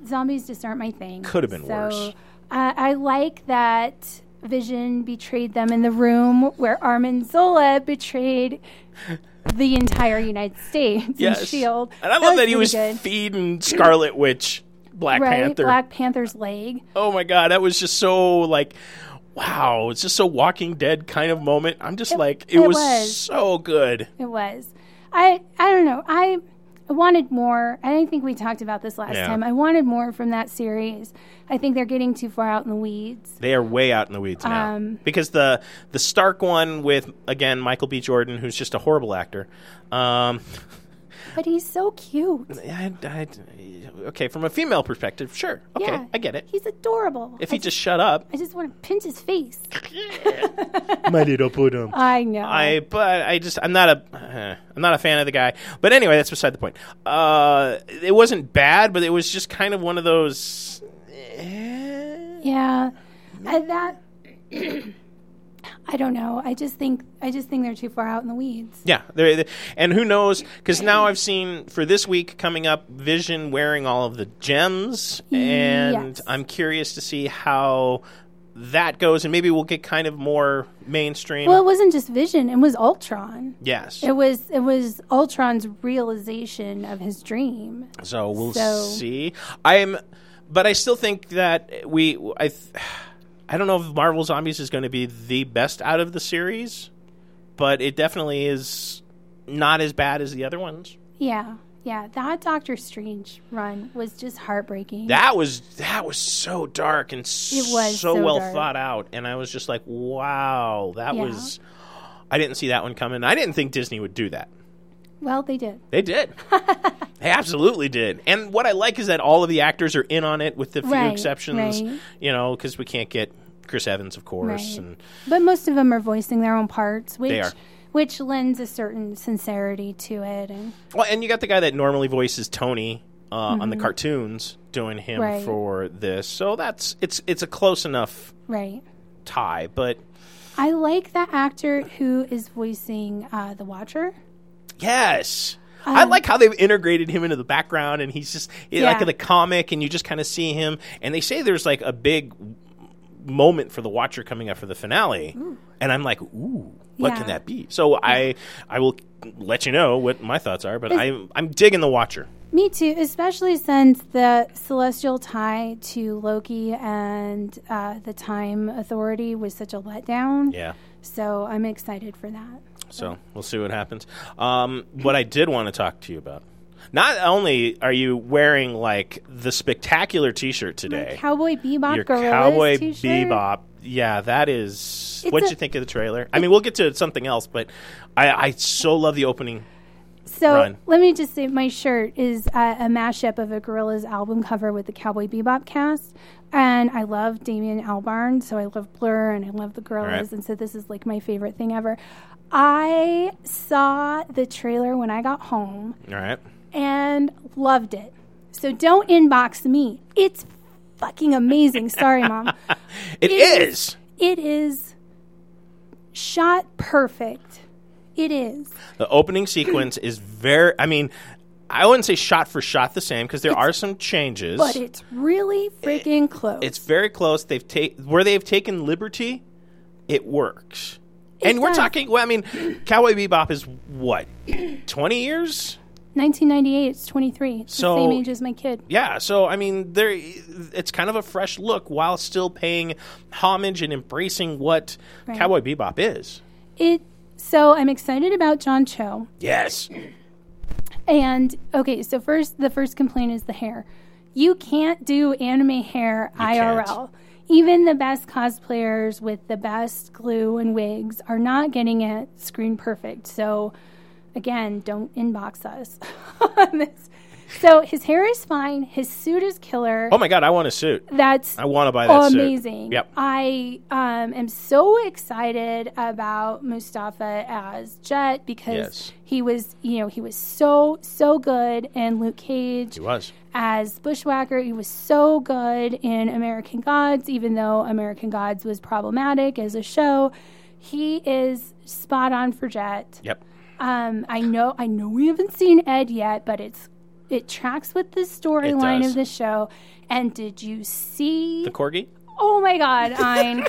B: zombies just aren't my thing.
A: Could have been
B: so,
A: worse.
B: Uh, I like that Vision betrayed them in the room where Armin Zola betrayed the entire United States.
A: Yes.
B: And Shield.
A: And I love that, he
B: pretty
A: was
B: good.
A: feeding Scarlet Witch, Black
B: right.
A: Panther.
B: Black Panther's leg.
A: Oh my god, that was just so like wow, it's just so Walking Dead kind of moment. I'm just like it,
B: it
A: was,
B: was.
A: so good.
B: It was. I I don't know. I I wanted more. I don't think we talked about this last
A: Yeah.
B: time. I wanted more from that series. I think they're getting too far out in the weeds.
A: They are way out in the weeds now.
B: Um,
A: because the the Stark one with again Michael B. Jordan, who's just a horrible actor. Um,
B: But he's so cute.
A: I, I, okay, from a female perspective, sure. Okay,
B: yeah,
A: I get it.
B: He's adorable.
A: If
B: I
A: he just shut up,
B: I just want to pinch his face.
A: my little putum.
B: I know.
A: I but I just I'm not a uh, I'm not a fan of the guy. But anyway, that's beside the point. Uh, it wasn't bad, but it was just kind of one of those. eh.
B: yeah. I, that I don't know. I just think I just think they're too far out in the weeds.
A: Yeah, they- they- and who knows? Because now I've seen for this week coming up, Vision wearing all of the gems, and
B: Yes.
A: I'm curious to see how that goes, and maybe we'll get kind of more mainstream.
B: Well, it wasn't just Vision, it was Ultron.
A: yes,
B: It was it was Ultron's realization of his dream.
A: So we'll
B: So-
A: see. I'm, but I still think that we. I, th- I don't know if Marvel Zombies is going to be the best out of the series, but it definitely is not as bad as the other ones.
B: Yeah, yeah. That Doctor Strange run was just heartbreaking.
A: That was that was so dark and it
B: was
A: so,
B: so
A: well
B: dark.
A: thought out, and I was just like, wow, that
B: Yeah.
A: was. I didn't see that one coming. I didn't think Disney would do that.
B: well, they did.
A: They did. they absolutely did. And what I like is that all of the actors are in on it, with the few
B: Right,
A: exceptions.
B: right.
A: You know, because we can't get Chris Evans, of course.
B: Right.
A: And
B: But most of them are voicing their own parts, which
A: are.
B: which lends a certain sincerity to it. And
A: well, and you got the guy that normally voices Tony uh, on the cartoons doing him
B: Mm-hmm. Right.
A: for this. So that's it's it's a close enough
B: right,
A: tie. But
B: I like that actor who is voicing uh, the Watcher.
A: yes. I like how they've integrated him into the background, and he's just he- like
B: Um, Yeah.
A: in the comic, and you just kind of see him. And they say there's like a big moment for the Watcher coming up for the finale, and I'm like, ooh, what
B: Yeah.
A: can that be? So I I will let you know what my thoughts are, but I'm I'm digging the Watcher.
B: Me too, especially since the celestial tie to Loki and uh, the Time Authority was such a letdown.
A: Yeah.
B: So I'm excited for that.
A: So we'll see what happens. Um, what I did want to talk to you about. Not only are you wearing like the spectacular T-shirt today,
B: Cowboy Bebop,
A: your
B: Gorillaz
A: cowboy
B: t-shirt.
A: bebop yeah that is
B: It's
A: what'd
B: a-
A: you think of the trailer i mean we'll get to something else but i, I so love the opening
B: So
A: Run.
B: let me just say, my shirt is uh, a mashup of a Gorillaz album cover with the Cowboy Bebop cast, and I love Damien Albarn, so I love Blur and I love the Gorillaz,
A: right.
B: and so this is like my favorite thing ever. I saw the trailer when I got home
A: all right
B: and loved it. So don't inbox me. It's fucking amazing. Sorry, mom.
A: it
B: It
A: is.
B: It is shot perfect. It is.
A: the opening sequence is very i mean i wouldn't say shot for shot the same because there are some changes
B: But it's really freaking close.
A: it's very close they've ta- where they've taken liberty it works and we're
B: does.
A: talking well i mean cowboy bebop is what 20 years
B: 1998. It's 23. It's
A: So-
B: the same age as my kid.
A: Yeah, so I mean, there it's kind of a fresh look while still paying homage and embracing what
B: Right.
A: Cowboy Bebop is.
B: It. So I'm excited about John Cho.
A: Yes,
B: And okay, so first the first complaint is the hair. You can't do anime hair IRL. Even the best cosplayers with the best glue and wigs are not getting it screen perfect. So again, don't inbox us on this. So his hair is fine. His suit is killer.
A: Oh my God, I want a suit.
B: That's
A: I want to buy that suit.
B: amazing.
A: Yep.
B: I um, am so excited about Mustafa as Jet because
A: Yes.
B: he was, you know, he was so so good in Luke Cage
A: He was.
B: as Bushwhacker. He was so good in American Gods, even though American Gods was problematic as a show. He is spot on for Jet.
A: Yep.
B: Um, I know, I know, we haven't seen Ed yet, but it's it tracks with the
A: It
B: storyline
A: does.
B: of the show. And did you see
A: The corgi.
B: oh my God, Ein.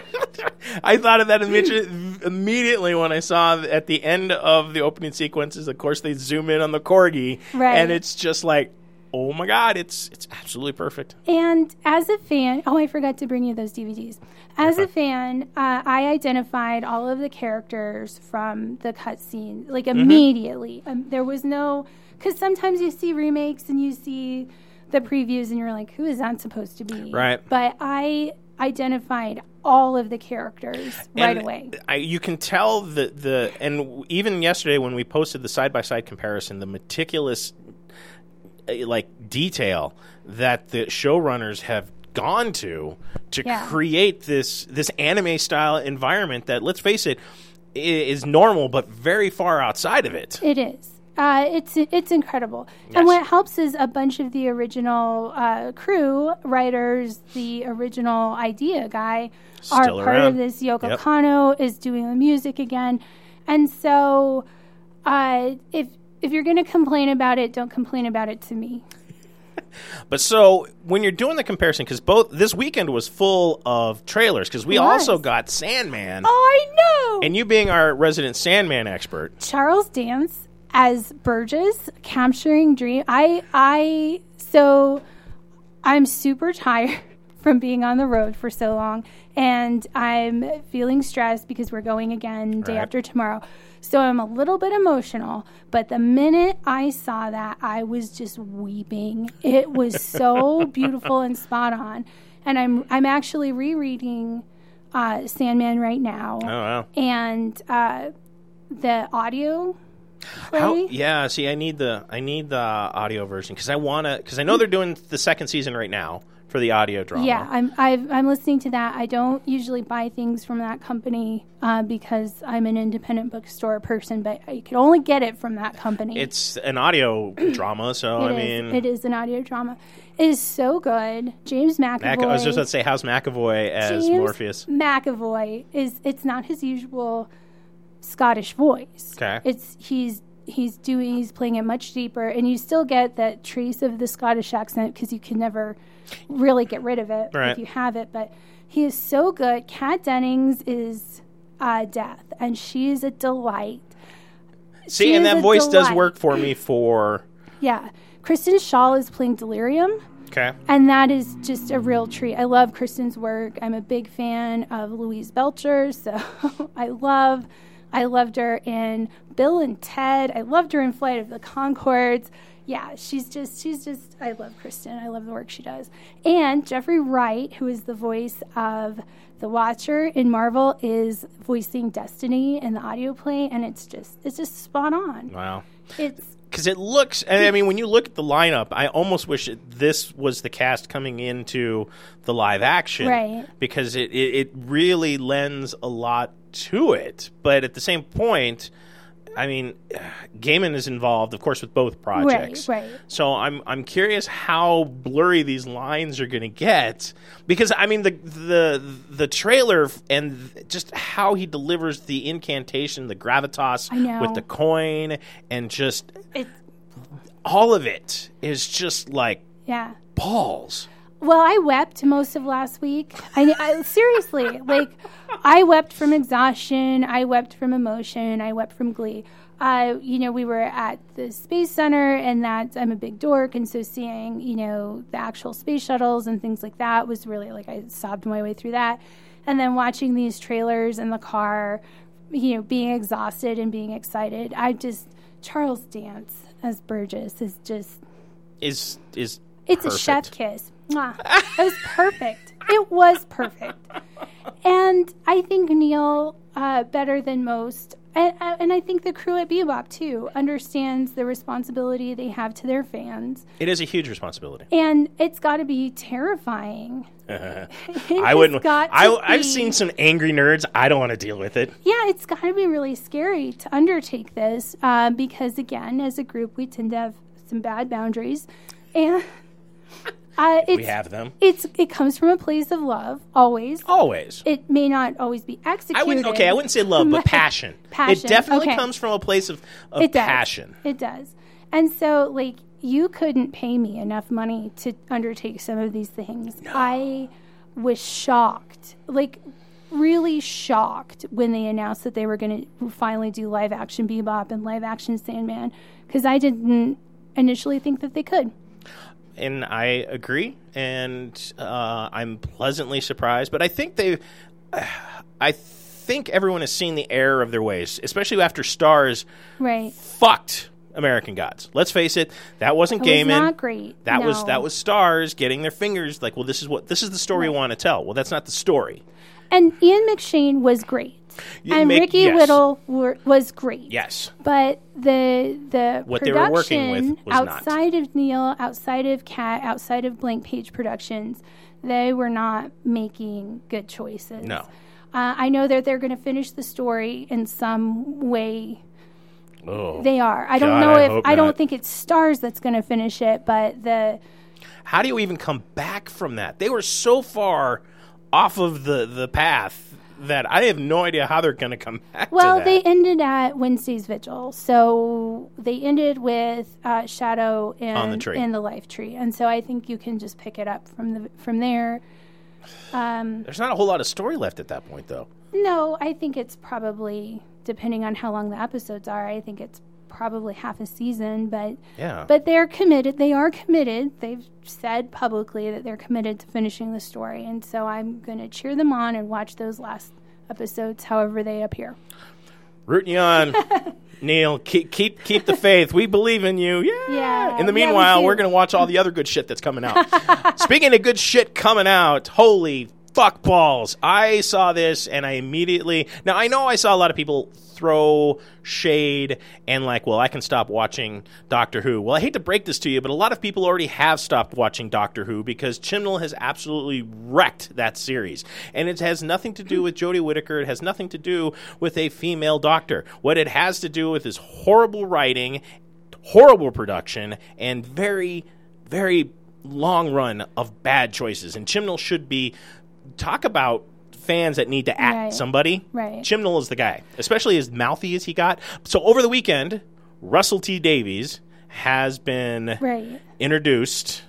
A: I thought of that immedi- immediately when I saw th- at the end of the opening sequences. Of course, they zoom in on the corgi,
B: Right.
A: and it's just like, oh my god, it's it's absolutely perfect.
B: And as a fan, oh, I forgot to bring you those DVDs. As a fan, uh, I identified all of the characters from the cutscene, like
A: Mm-hmm.
B: immediately. Um, there was no, because sometimes you see remakes and you see the previews and you're like, who is that supposed to be?
A: Right.
B: But I identified all of the characters right
A: And
B: away.
A: I, you can tell the the and w- even yesterday when we posted the side by side comparison, the meticulous uh, like detail that the showrunners have gone to to
B: Yeah.
A: create this this anime style environment that let's face it i- is normal but very far outside of it.
B: It is. Uh, it's it's incredible, and what helps is a bunch of the original uh, crew writers, the original idea guy,
A: Still
B: are part
A: around.
B: of this. Yoko
A: Yep.
B: Kano is doing the music again, and so uh, if if you're going to complain about it, don't complain about it to me.
A: But so when you're doing the comparison cuz both this weekend was full of trailers cuz we
B: It
A: also
B: was.
A: got Sandman
B: Oh, I know.
A: and you being our resident Sandman expert
B: Charles Dance as Burgess capturing dream. I I so I'm super tired from being on the road for so long and I'm feeling stressed because we're going again day
A: Right.
B: after tomorrow. So I'm a little bit emotional, but the minute I saw that, I was just weeping. It was so beautiful and spot on. And I'm I'm actually rereading uh, Sandman right now
A: Oh wow.
B: and uh, the audio play.
A: How, yeah, see, I need the I need the audio version because I want to because I know they're doing the second season right now for the audio drama.
B: Yeah, I'm I've, I'm listening to that. I don't usually buy things from that company uh, because I'm an independent bookstore person, but I could only get it from that company.
A: it's an audio drama, so
B: It
A: I
B: is-
A: mean,
B: it is an audio drama. It is so good. James McAvoy.
A: Mac- I was just about to say, how's McAvoy as
B: James
A: Morpheus?
B: McAvoy is it's not his usual Scottish voice.
A: 'Kay.
B: It's he's he's doing he's playing it much deeper and you still get that trace of the Scottish accent because you can never really get rid of it
A: Right.
B: if you have it, but he is so good. Kat Dennings is uh, death and she is a delight.
A: See, and
B: is
A: that
B: a
A: voice does
B: delight.
A: work for me for
B: Yeah. Kristen Shaw is playing Delirium.
A: okay,
B: And that is just a real treat. I love Kristen's work. I'm a big fan of Louise Belcher, so I love I loved her in Bill and Ted. I loved her in Flight of the Concords. Yeah, she's just she's just I love Kristen. I love the work she does. And Jeffrey Wright, who is the voice of the Watcher in Marvel, is voicing Destiny in the audio play and it's just it's just spot on.
A: wow,
B: It's
A: because it looks. And I mean, when you look at the lineup, I almost wish it, this was the cast coming into the live action,
B: Right.
A: Because it, it it really lends a lot to it. But at the same point, I mean, Gaiman is involved, of course, with both projects.
B: right.
A: So I'm I'm curious how blurry these lines are going to get because I mean the the the trailer f- and th- just how he delivers the incantation, the gravitas
B: I know.
A: with the coin, and just
B: it's
A: all of it is just like
B: yeah.
A: balls.
B: Well, I wept most of last week. I, I seriously, like, I wept from exhaustion. I wept from emotion. I wept from glee. Uh, you know, we were at the space center, and that's I'm a big dork, and so seeing you know the actual space shuttles and things like that was really like I sobbed my way through that, and then watching these trailers in the car, you know, being exhausted and being excited. I just Charles Dance as Burgess is just
A: Is is
B: it's a
A: perfect.
B: chef kiss. Mwah. it was perfect. It was perfect. And I think Neil, uh, better than most, and, and I think the crew at Bebop too, understands the responsibility they have to their fans.
A: It is a huge responsibility.
B: And it's got to be terrifying.
A: I wouldn't.
B: got to
A: I I've
B: be-
A: seen some angry nerds. I don't want to deal with it.
B: Yeah, it's got to be really scary to undertake this uh, because, again, as a group, we tend to have some bad boundaries. And uh, it's,
A: We have them
B: it's, it comes from a place of love, always.
A: always.
B: it may not always be executed.
A: I wouldn't. Okay, I wouldn't say love, but passion.
B: Passion,
A: It definitely
B: okay.
A: comes from a place of, of
B: It does.
A: passion.
B: It does. And so, like, you couldn't pay me enough money to undertake some of these things. I, was shocked, like really shocked when they announced that they were going to finally do live action Bebop and live action Sandman because I didn't initially think that they could.
A: and I agree, and uh, I'm pleasantly surprised. But I think they, I think everyone has seen the error of their ways, especially after Stars
B: Right.
A: fucked American Gods. Let's face it, that wasn't
B: It was
A: Gaiman.
B: not great.
A: That was
B: no.
A: that was Stars getting their fingers like, well, this is what this is the story we want to tell. Well, that's not the story.
B: And Ian McShane was great.
A: You
B: and
A: make-
B: Ricky
A: yes.
B: Whittle were, was great.
A: Yes,
B: But the the
A: What they
B: production
A: were working with was not.
B: outside of Neil, outside of Cat, outside of Blank Page Productions, they were not making good choices.
A: no.
B: Uh, I know that they're going to finish the story in some way.
A: Oh.
B: They are. I
A: God,
B: don't know
A: I
B: if
A: hope
B: I don't
A: not.
B: think it's Stars that's going to finish it, but the
A: How do you even come back from that? They were so far off of the the path that I have no idea how they're going to come back. to
B: Well,
A: that.
B: they ended at Wednesday's Vigil, so they ended with uh, Shadow and
A: On the tree.
B: and the Life Tree, and so I think you can just pick it up from the from there.
A: There's not a whole lot of story left at that point, though.
B: No, I think it's probably depending on how long the episodes are. I think it's probably half a season, but
A: Yeah.
B: but they're committed. They are committed. They've said publicly that they're committed to finishing the story, and so I'm going to cheer them on and watch those last episodes, however they appear.
A: Rooting you on, Neil. Keep keep keep the faith. We believe in you. Yeah.
B: Yeah,
A: In the
B: yeah, we
A: meanwhile,
B: do.
A: we're gonna watch all the other good shit that's coming out. Speaking of good shit coming out, holy fuck balls! I saw this and I immediately. Now I know I saw a lot of people throw shade and like, well, I can stop watching Doctor Who. Well, I hate to break this to you, but a lot of people already have stopped watching Doctor Who because Chibnall has absolutely wrecked that series, and it has nothing to do with Jodie Whittaker. It has nothing to do with a female doctor. What it has to do with is horrible writing horrible production and very, very long run of bad choices. And Chibnall should be talk about fans that need to act
B: Right.
A: somebody.
B: Right.
A: Chibnall is the guy, especially as mouthy as he got. So over the weekend, Russell T Davies has been
B: Right,
A: introduced,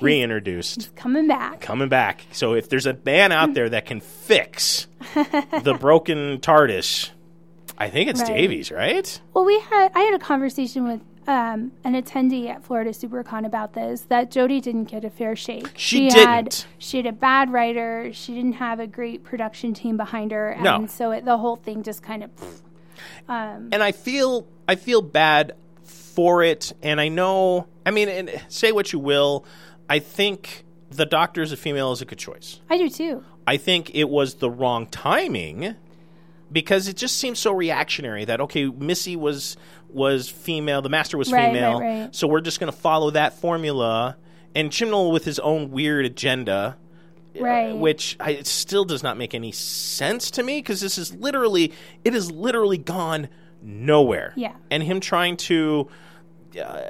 A: reintroduced,
B: coming back.
A: coming back. So if there's a man out there that can fix the broken TARDIS, I think it's
B: Right.
A: Davies, right?
B: Well, we had I had a conversation with um, an attendee at Florida SuperCon about this that Jody didn't get a fair shake.
A: She
B: Had,
A: didn't.
B: she had a bad writer. She didn't have a great production team behind her, and
A: No.
B: so it, the whole thing just kind of. pfft.
A: and I feel I feel bad for it. And I know, I mean, and say what you will, I think the doctor as a female is a good choice.
B: I do too.
A: I think it was the wrong timing because it just seems so reactionary that okay, Missy was was female, the master was
B: Right, right,
A: female,
B: right.
A: so we're just going to follow that formula. And Chibnall with his own weird agenda
B: Right.
A: which I, it still does not make any sense to me because this is literally it is literally gone nowhere.
B: Yeah.
A: and him trying to uh,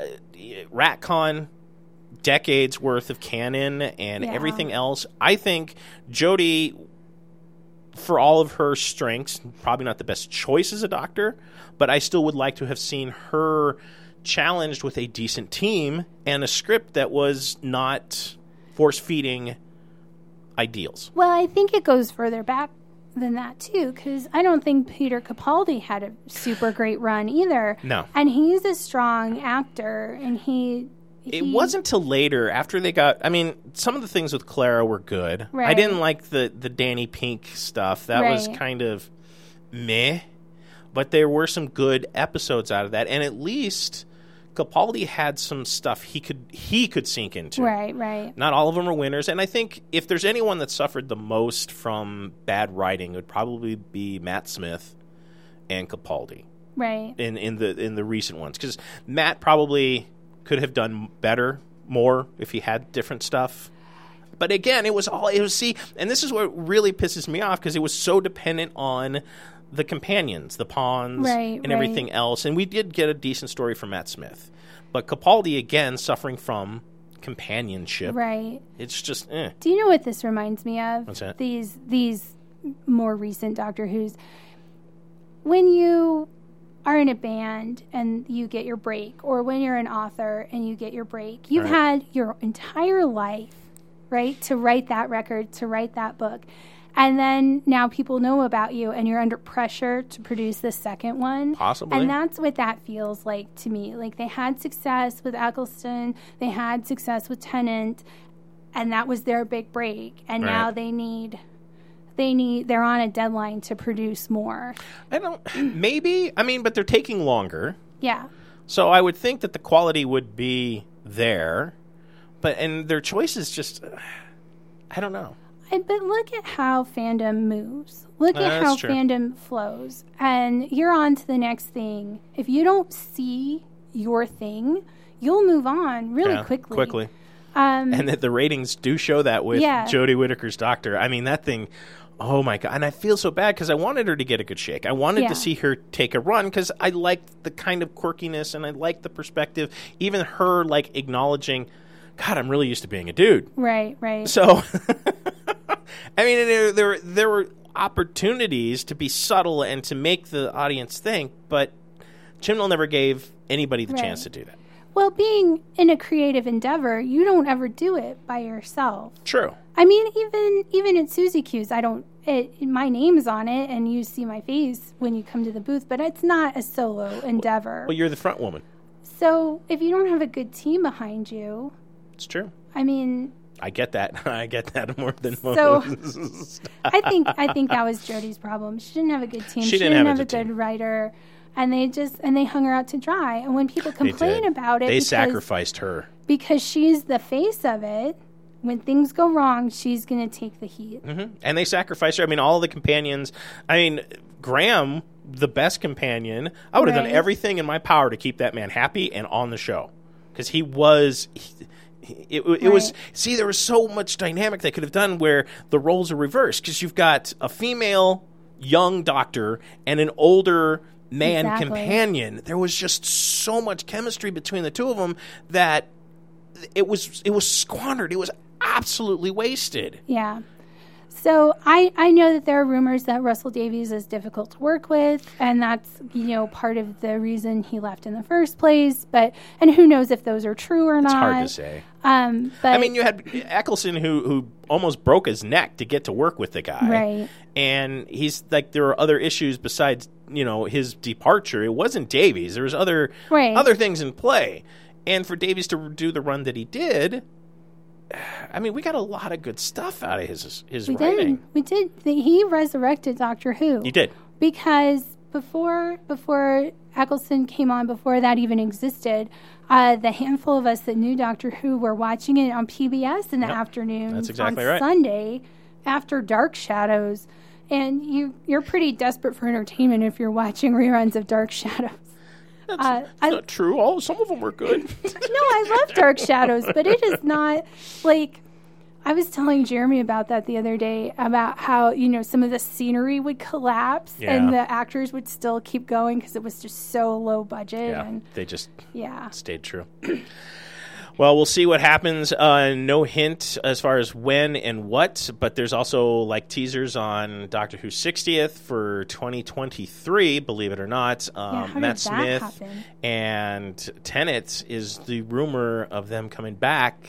A: ratcon decades worth of canon and
B: Yeah.
A: everything else. I think Jodie, for all of her strengths, probably not the best choice as a doctor, but I still would like to have seen her challenged with a decent team and a script that was not force feeding ideals.
B: Well, I think it goes further back than that too, because I don't think Peter Capaldi had a super great run either.
A: No.
B: and he's a strong actor, and he.
A: It
B: he-
A: wasn't till later after they got. I mean, some of the things with Clara were good. I
B: Right.
A: didn't like the the Danny Pink stuff. That was
B: Right.
A: kind of meh. But there were some good episodes out of that, and at least Capaldi had some stuff he could he could sink into.
B: right, right.
A: Not all of them are winners, and I think if there's anyone that suffered the most from bad writing, it would probably be Matt Smith and Capaldi
B: Right.
A: in in the in the recent ones because Matt probably could have done better, more if he had different stuff. But again, it was all it was. See, and this is what really pisses me off because it was so dependent on the companions, the pawns,
B: Right,
A: and
B: right.
A: everything else. And we did get a decent story from Matt Smith, but Capaldi again suffering from companionship.
B: Right.
A: It's just eh.
B: Do you know what this reminds me of?
A: What's that?
B: These these more recent Doctor Who's. When you are in a band and you get your break, or when you're an author and you get your break, you've
A: Right.
B: had your entire life right? To write that record, to write that book. And then now people know about you and you're under pressure to produce the second one.
A: Possibly.
B: And that's what that feels like to me. Like they had success with Eccleston, they had success with Tennant, and that was their big break. And
A: Right.
B: now they need they need they're on a deadline to produce more.
A: I don't. Maybe. I mean, but they're taking longer.
B: Yeah.
A: So I would think that the quality would be there, but and their choices just I don't know.
B: And, but look at how fandom moves. Look at
A: That's
B: how
A: true.
B: fandom flows. And you're on to the next thing. If you don't see your thing, you'll move on really
A: Yeah,
B: quickly.
A: Quickly.
B: Um,
A: And that the ratings do show that with
B: Yeah.
A: Jodie Whittaker's Doctor. I mean, that thing Oh my god! And I feel so bad because I wanted her to get a good shake. I wanted
B: Yeah.
A: to see her take a run because I liked the kind of quirkiness and I liked the perspective. Even her like acknowledging, "God, I'm really used to being a dude."
B: right, right.
A: So, I mean, there, there there were opportunities to be subtle and to make the audience think, but Chibnall never gave anybody the
B: Right.
A: chance to do that.
B: well, being in a creative endeavor, you don't ever do it by yourself.
A: True.
B: I mean, even even at Suzy Q's, I don't. It, my name's on it, and you see my face when you come to the booth, but it's not a solo endeavor.
A: Well, you're the front woman.
B: so if you don't have a good team behind you,
A: It's true.
B: I mean,
A: I get that. I get that more than
B: So-
A: most.
B: I think I think that was Jody's problem. She didn't have a good team.
A: She
B: She,
A: didn't
B: didn't,
A: have
B: have,
A: a
B: a
A: good
B: good writer, and they just and they hung her out to dry. And when people complain
A: did.
B: about it,
A: they
B: because,
A: sacrificed her.
B: because she's the face of it. When things go wrong, she's going to take the heat.
A: Mhm. And they sacrificed her. I mean, all the companions. I mean, Graham, the best companion. I would have done
B: Right.
A: everything in my power to keep that man happy and on the show because he was. He, he- it, it was
B: Right.
A: see there was so much dynamic they could have done where the roles are reversed because you've got a female young doctor and an older man
B: Exactly.
A: companion there was just so much chemistry between the two of them that it was it was squandered it was absolutely wasted
B: Yeah. So I, I know that there are rumors that Russell Davies is difficult to work with, and that's you know part of the reason he left in the first place. But and who knows if those are true or
A: it's
B: not?
A: hard to say
B: Um, but
A: I mean, you had Eccleston who who almost broke his neck to get to work with the guy,
B: Right.
A: And he's like, there are other issues besides you know his departure. It wasn't Davies. There was other
B: Right.
A: other things in play, and for Davies to do the run that he did, I mean, we got a lot of good stuff out of his his
B: we
A: writing.
B: did we did he resurrected Doctor Who.
A: You did.
B: because before before Eccleston came on, before that even existed, uh, the handful of us that knew Doctor Who were watching it on PBS in the afternoon.
A: That's exactly
B: on
A: right.
B: Sunday after Dark Shadows, and you you're pretty desperate for entertainment if you're watching reruns of Dark Shadows.
A: That's,
B: Uh,
A: that's
B: I-
A: not true. All some of them were good.
B: no, I love Dark Shadows, but it is not like I was telling Jeremy about that the other day about how, you know, some of the scenery would collapse
A: Yeah.
B: and the actors would still keep going because it was just so low budget.
A: yeah,
B: And
A: they just
B: yeah.
A: stayed true. well, we'll see what happens. Uh, no hint as far as when and what, but there's also like teasers on Doctor Who's 60th for 2023. Believe it or not, um,
B: how did
A: Matt
B: that
A: Smith
B: happen?
A: and Tennant is the rumor of them coming back,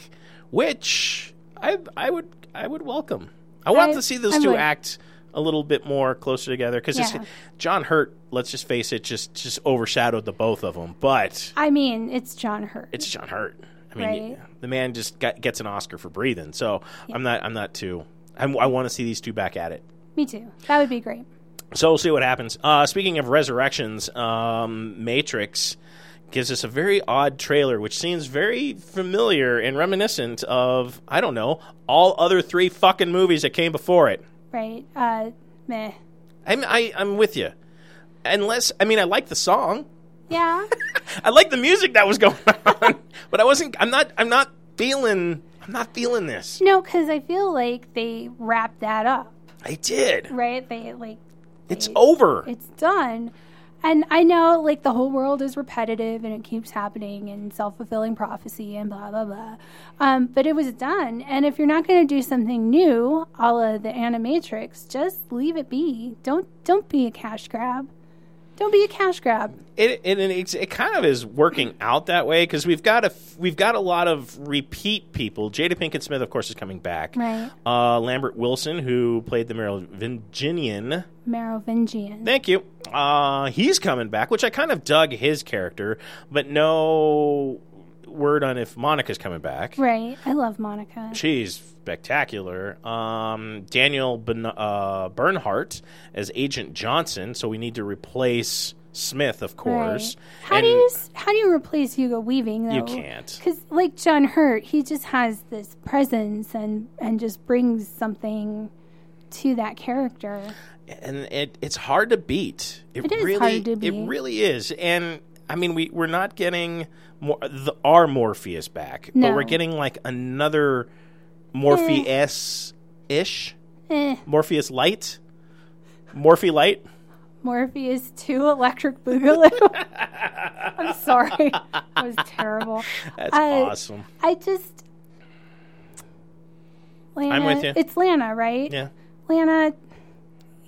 A: which I I would I would welcome. I want
B: I-
A: to see those
B: I
A: two
B: would.
A: act a little bit more closer together because
B: Yeah.
A: John Hurt, let's just face it, just just overshadowed the both of them. But
B: I mean, it's John Hurt.
A: it's John Hurt. I mean,
B: Right.
A: the man just got, gets an Oscar for breathing. So I'm not. I'm not too. I'm, I want to see these two back at it.
B: Me too. That would be great.
A: So we'll see what happens. Uh, speaking of resurrections, um, Matrix gives us a very odd trailer, which seems very familiar and reminiscent of I don't know all other three fucking movies that came before it.
B: Right. Uh, meh.
A: I'm I, I'm with you. Unless I mean I like the song.
B: Yeah.
A: I like the music that was going on, but I wasn't. I'm not. I'm not feeling. I'm not feeling this.
B: no, because I feel like they wrapped that up,
A: I did.
B: right? They like
A: It's over.
B: it's done. And I know, like, the whole world is repetitive and it keeps happening and self fulfilling prophecy and blah, blah, blah. Um, but it was done. And if you're not going to do something new, a la the Animatrix, just leave it be. Don't, don't be a cash grab. Don't be a cash grab.
A: it it, it, it's- it kind of is working out that way because we've got a f- we've got a lot of repeat people. Jada Pinkett Smith, of course, is coming back.
B: Right.
A: Uh, Lambert Wilson, who played the Merovingian.
B: Merovingian.
A: Thank you. Uh, he's coming back, which I kind of dug his character, but no word on if Monica's coming back.
B: right. I love Monica.
A: She's spectacular. Um, Daniel ben- uh, Bernhardt as Agent Johnson, so we need to replace Smith, of course.
B: Right. How
A: And-
B: do you s- how do you replace Hugo Weaving though?
A: You can't.
B: Because like John Hurt, he just has this presence and and just brings something to that character.
A: and it, it's hard to beat.
B: It is
A: really,
B: hard to
A: It
B: beat.
A: really is. And I mean, we we're not getting more the our Morpheus back, but
B: No.
A: we're getting like another Morpheus ish,
B: Eh,
A: Morpheus light, Morphe light.
B: Morpheus two Electric Boogaloo. I'm sorry, that was terrible.
A: That's
B: I-
A: awesome.
B: I just. Lana,
A: with you.
B: It's Lana, right?
A: Yeah,
B: Lana,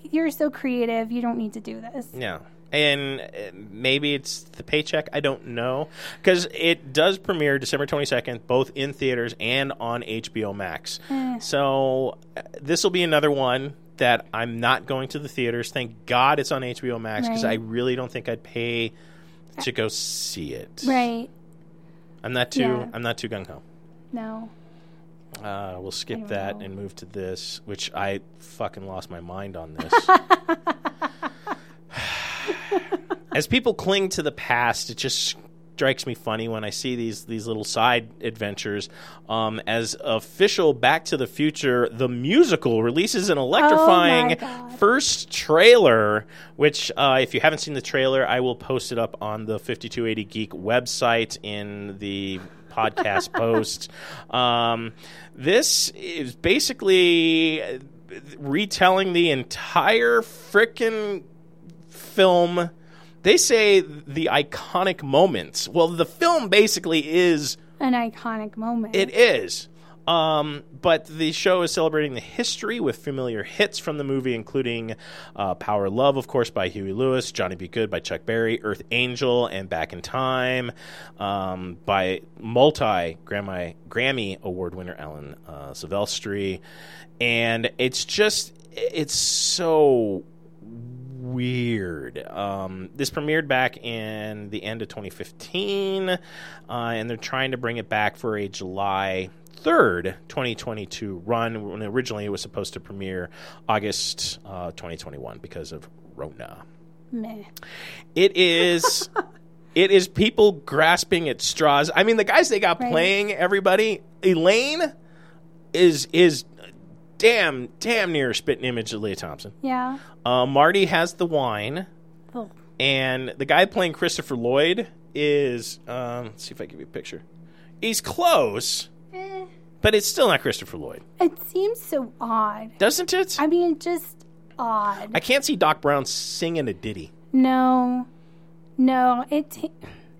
B: you're so creative. You don't need to do this.
A: yeah. And uh, maybe it's the paycheck. I don't know because it does premiere December twenty second, both in theaters and on HBO Max.
B: Eh.
A: So uh, this will be another one that I'm not going to the theaters. Thank God it's on HBO Max because
B: Right.
A: I really don't think I'd pay to go see it.
B: Right.
A: I'm not too.
B: Yeah.
A: I'm not too gung ho.
B: No.
A: Uh, we'll skip
B: don't
A: that
B: know.
A: and move to this, which I fucking lost my mind on this. As people cling to the past, it just strikes me funny when I see these these little side adventures. Um, as official Back to the Future, the musical releases an electrifying
B: God.
A: first trailer. Which, uh, if you haven't seen the trailer, I will post it up on the 5280 Geek website in the podcast post. Um, this is basically uh, retelling the entire frickin' film. They say the iconic moments. Well, the film basically is
B: An iconic moment.
A: it is. Um, but the show is celebrating the history with familiar hits from the movie, including uh, Power Love, of course, by Huey Lewis, Johnny Be Good by Chuck Berry, Earth Angel, and Back in Time um, by multi Grammy, Grammy Award winner Alan uh, Silvestri. And it's just, it's so weird. Um, this premiered back in the end of 2015, uh, and they're trying to bring it back for a July 3rd, 2022 run. When originally it was supposed to premiere August uh, 2021 because of Rona.
B: Meh.
A: It is. It is people grasping at straws. I mean, the guys they got
B: Right.
A: playing everybody. Elaine is is damn damn near a spitting image of Leah Thompson.
B: Yeah.
A: Uh, Marty has the wine,
B: Oh.
A: and the guy playing Christopher Lloyd is. Um, let's see if I give you a picture. He's close,
B: Eh.
A: but it's still not Christopher Lloyd,
B: It seems so odd.
A: doesn't it? I,
B: I mean, just odd.
A: can't see Doc Brown singing a ditty.
B: no. No. It. T-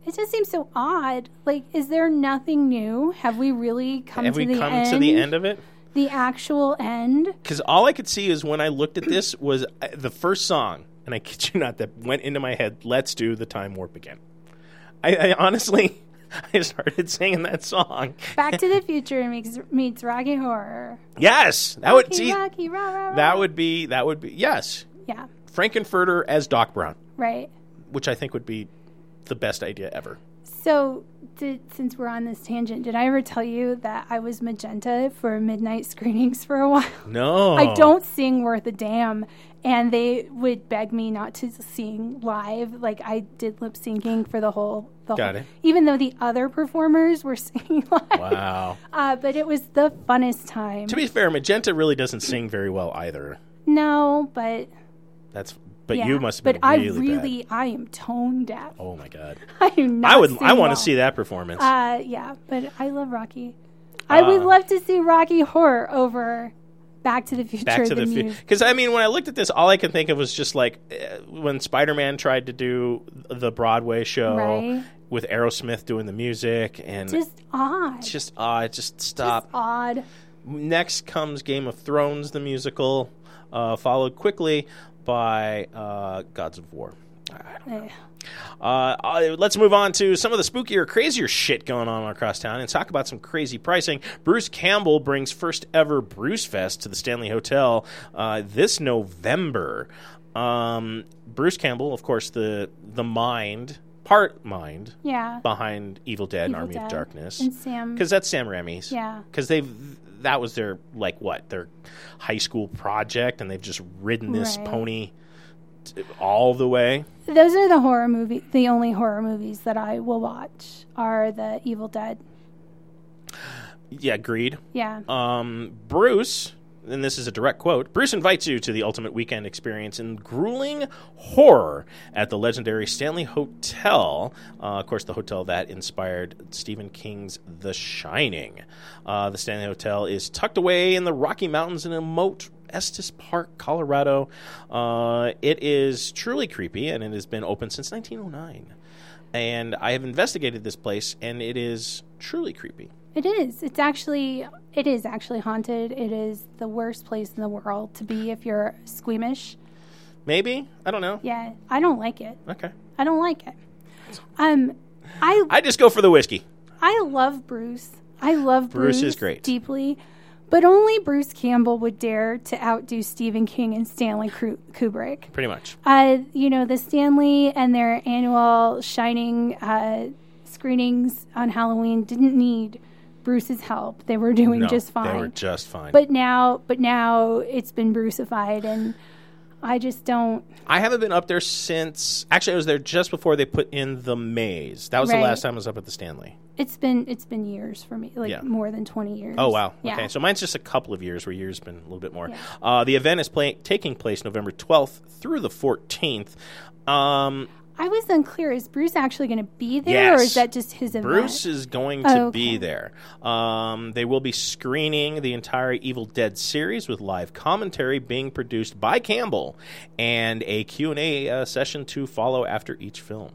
B: it just seems so odd. Like, is there nothing new? Have we really come,
A: Have
B: to,
A: we
B: the
A: come
B: end,
A: to the end of it?
B: The actual end?
A: Because all I could see is when I looked at this was uh, the first song, and I kid you not, that went into my head. Let's do the time warp again. I, I honestly, I started singing that song.
B: Back to the Future meets, meets Rocky Horror.
A: Yes, that would
B: Rocky,
A: see.
B: Rocky, rah, rah, rah.
A: That would be that would be yes.
B: Yeah.
A: Frankenfurter as Doc Brown,
B: Right.
A: which I think would be the best idea ever.
B: So, did, since we're on this tangent, did I ever tell you that I was magenta for midnight screenings for a while?
A: No,
B: I don't sing worth a damn, and they would beg me not to sing live. Like I did lip syncing for the whole. The
A: Got
B: whole,
A: it.
B: Even though the other performers were singing live,
A: Wow.
B: uh, but it was the funnest time.
A: to be fair, Magenta really doesn't sing very well either.
B: no, but
A: That's but
B: yeah.
A: you must have
B: But
A: been really,
B: I
A: bad.
B: really, I am tone deaf.
A: Oh my god.
B: I do not.
A: I would.
B: sing
A: I want
B: well.
A: to see that performance.
B: Uh, yeah, but I love Rocky. I
A: Ah.
B: would love to see Rocky Horror over Back to the Future.
A: Back to the
B: the
A: future.
B: mu-
A: Because I mean, when I looked at this, all I could think of was just like eh, when Spider Man tried to do the Broadway show
B: Right.
A: with Aerosmith doing the music, and
B: Just odd.
A: it's
B: Just
A: just ah, just stop.
B: odd.
A: Next comes Game of Thrones, the musical, uh, followed quickly by uh, Gods of War.
B: Eh,
A: Uh, uh, let's move on to some of the spookier, crazier shit going on across town and talk about some crazy pricing. Bruce Campbell brings first ever Bruce Fest to the Stanley Hotel uh, this November. Um, Bruce Campbell, of course, the the mind, part mind
B: yeah.
A: behind Evil Dead and
B: Evil
A: Army
B: Dead.
A: of Darkness,
B: And Sam.
A: because that's Sam Raimi's.
B: Yeah.
A: because they've that was their like what their high school project, and they've just ridden this
B: Right. pony
A: pony all the way.
B: Those are the horror movie. The only horror movies that I will watch are the Evil Dead.
A: Yeah, agreed.
B: Yeah.
A: Um, Bruce, and this is a direct quote Bruce invites you to the ultimate weekend experience in grueling horror at the legendary Stanley Hotel. Uh, of course, the hotel that inspired Stephen King's The Shining. Uh, the Stanley Hotel is tucked away in the Rocky Mountains in a moat. Estes Park, Colorado. Uh, it is truly creepy, and it has been open since 1909. And I have investigated this place, and it is truly creepy.
B: It is. It's actually it is actually haunted. It is the worst place in the world to be if you're squeamish.
A: Maybe I don't know.
B: Yeah, I don't like it.
A: Okay.
B: I don't like it. Um I
A: I just go for the whiskey.
B: I love Bruce. I love Bruce,
A: Bruce is great.
B: deeply, but only Bruce Campbell would dare to outdo Stephen King and Stanley Kru- Kubrick.
A: Pretty much.
B: Uh, you know, the Stanley and their annual Shining uh, screenings on Halloween didn't need Bruce's help. They were doing just fine.
A: They were just fine.
B: but now but now it's been brucified and i just don't
A: I haven't been up there since. Actually, I was there just before they put in the maze. That was
B: Right.
A: the last time I was up at the Stanley.
B: it's been it's been years for me like
A: Yeah.
B: more than 20 years
A: Oh wow.
B: yeah
A: Okay, so mine's just a couple of years. Where yours been a little bit more. Uh, the event is play- taking place November twelfth through the fourteenth. Um,
B: i was unclear is bruce actually going to be there or
A: Yes.
B: is that just his event
A: Bruce is going to
B: Okay.
A: be there. Um, they will be screening the entire Evil Dead series with live commentary being produced by Campbell and a Q&A uh, session to follow after each film.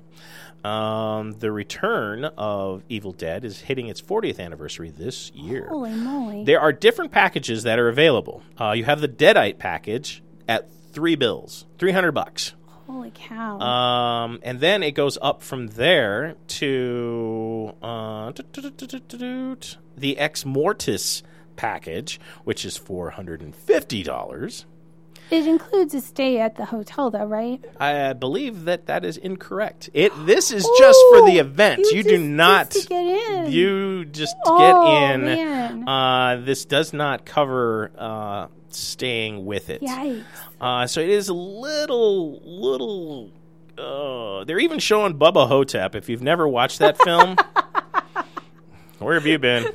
A: Um, the return of Evil Dead is hitting its 40th anniversary this year.
B: holy moly
A: There are different packages that are available. Uh, you have the Deadite package at 3 bills, 300 bucks.
B: holy cow
A: Um, and then it goes up from there to uh, doot, doot, doot, doot, doot, doot, the Ex Mortis package, which is four hundred and fifty dollars.
B: it includes a stay at the hotel though right
A: I uh, believe that that is incorrect. It this is just for the
B: Ooh,
A: event. You, do
B: Oh, just-
A: not
B: just to get in
A: you just
B: Oh,
A: get in.
B: man.
A: Uh, this does not cover uh, staying with it.
B: Yikes.
A: Uh, so it is a little, little. Uh, they're even showing Bubba Hotep. If you've never watched that film, where have you been?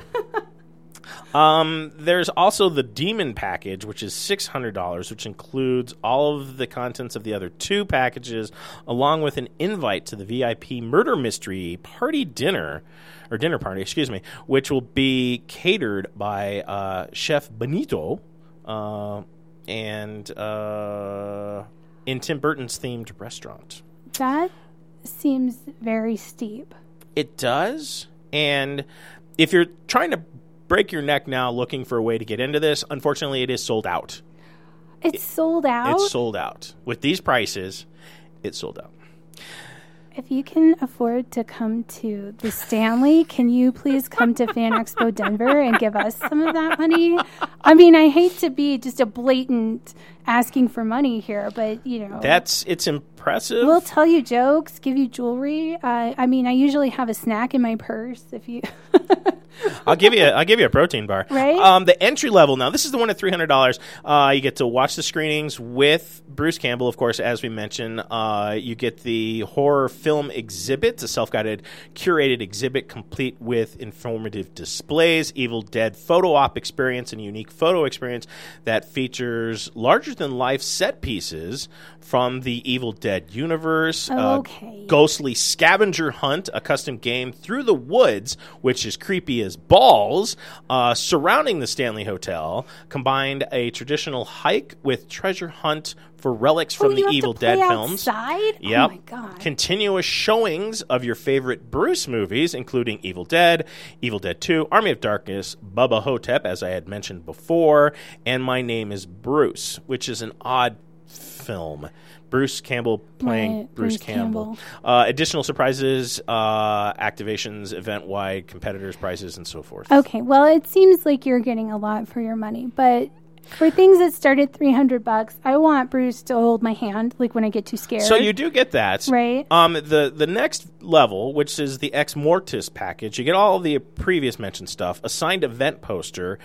A: Um, there's also the Demon package, which is six hundred dollars, which includes all of the contents of the other two packages, along with an invite to the VIP murder mystery party dinner, or dinner party, excuse me, which will be catered by uh, Chef Benito, uh, and uh, in Tim Burton's themed restaurant.
B: that seems very steep
A: It does. And if you're trying to break your neck now looking for a way to get into this, unfortunately, it is sold out.
B: it's sold out
A: It's sold out. With these prices, it's sold out.
B: Oh. if you can afford to come to the stanley can you please come to fan expo denver and give us some of that money i mean i hate to be just a blatant asking for money here but you know
A: That's it's impressive.
B: We'll tell you jokes, give you jewelry. Uh, I mean, I usually have a snack in my purse. If you,
A: I'll give you. A, I'll give you a protein bar.
B: Right?
A: Um, the entry level now. This is the one at three hundred dollars. Uh, you get to watch the screenings with Bruce Campbell, of course, as we mentioned. Uh, you get the horror film exhibit, a self-guided, curated exhibit complete with informative displays, Evil Dead photo op experience, and unique photo experience that features larger-than-life set pieces from the Evil Dead universe. uh,
B: okay.
A: ghostly scavenger hunt, a custom game through the woods, which is creepy as balls, uh, surrounding the Stanley Hotel, combined a traditional hike with treasure hunt for relics
B: Oh,
A: from
B: you
A: the
B: have to
A: Evil
B: play
A: Dead films.
B: outside?
A: Yep.
B: Oh my god.
A: Continuous showings of your favorite Bruce movies, including Evil Dead, Evil Dead 2, Army of Darkness, Bubba Hotep, as I had mentioned before, and My Name is Bruce, which is an odd film Bruce Campbell playing
B: Right,
A: Bruce,
B: Bruce
A: Campbell. Uh, additional surprises, uh, activations, event wide, competitors, prizes, and so forth.
B: Okay, well, it seems like you're getting a lot for your money, but for things that start at 300 bucks, I want Bruce to hold my hand like when I get too scared.
A: So you do get that,
B: Right.
A: Um, the the next level, which is the Ex Mortis package, you get all the previous mentioned stuff, assigned event poster,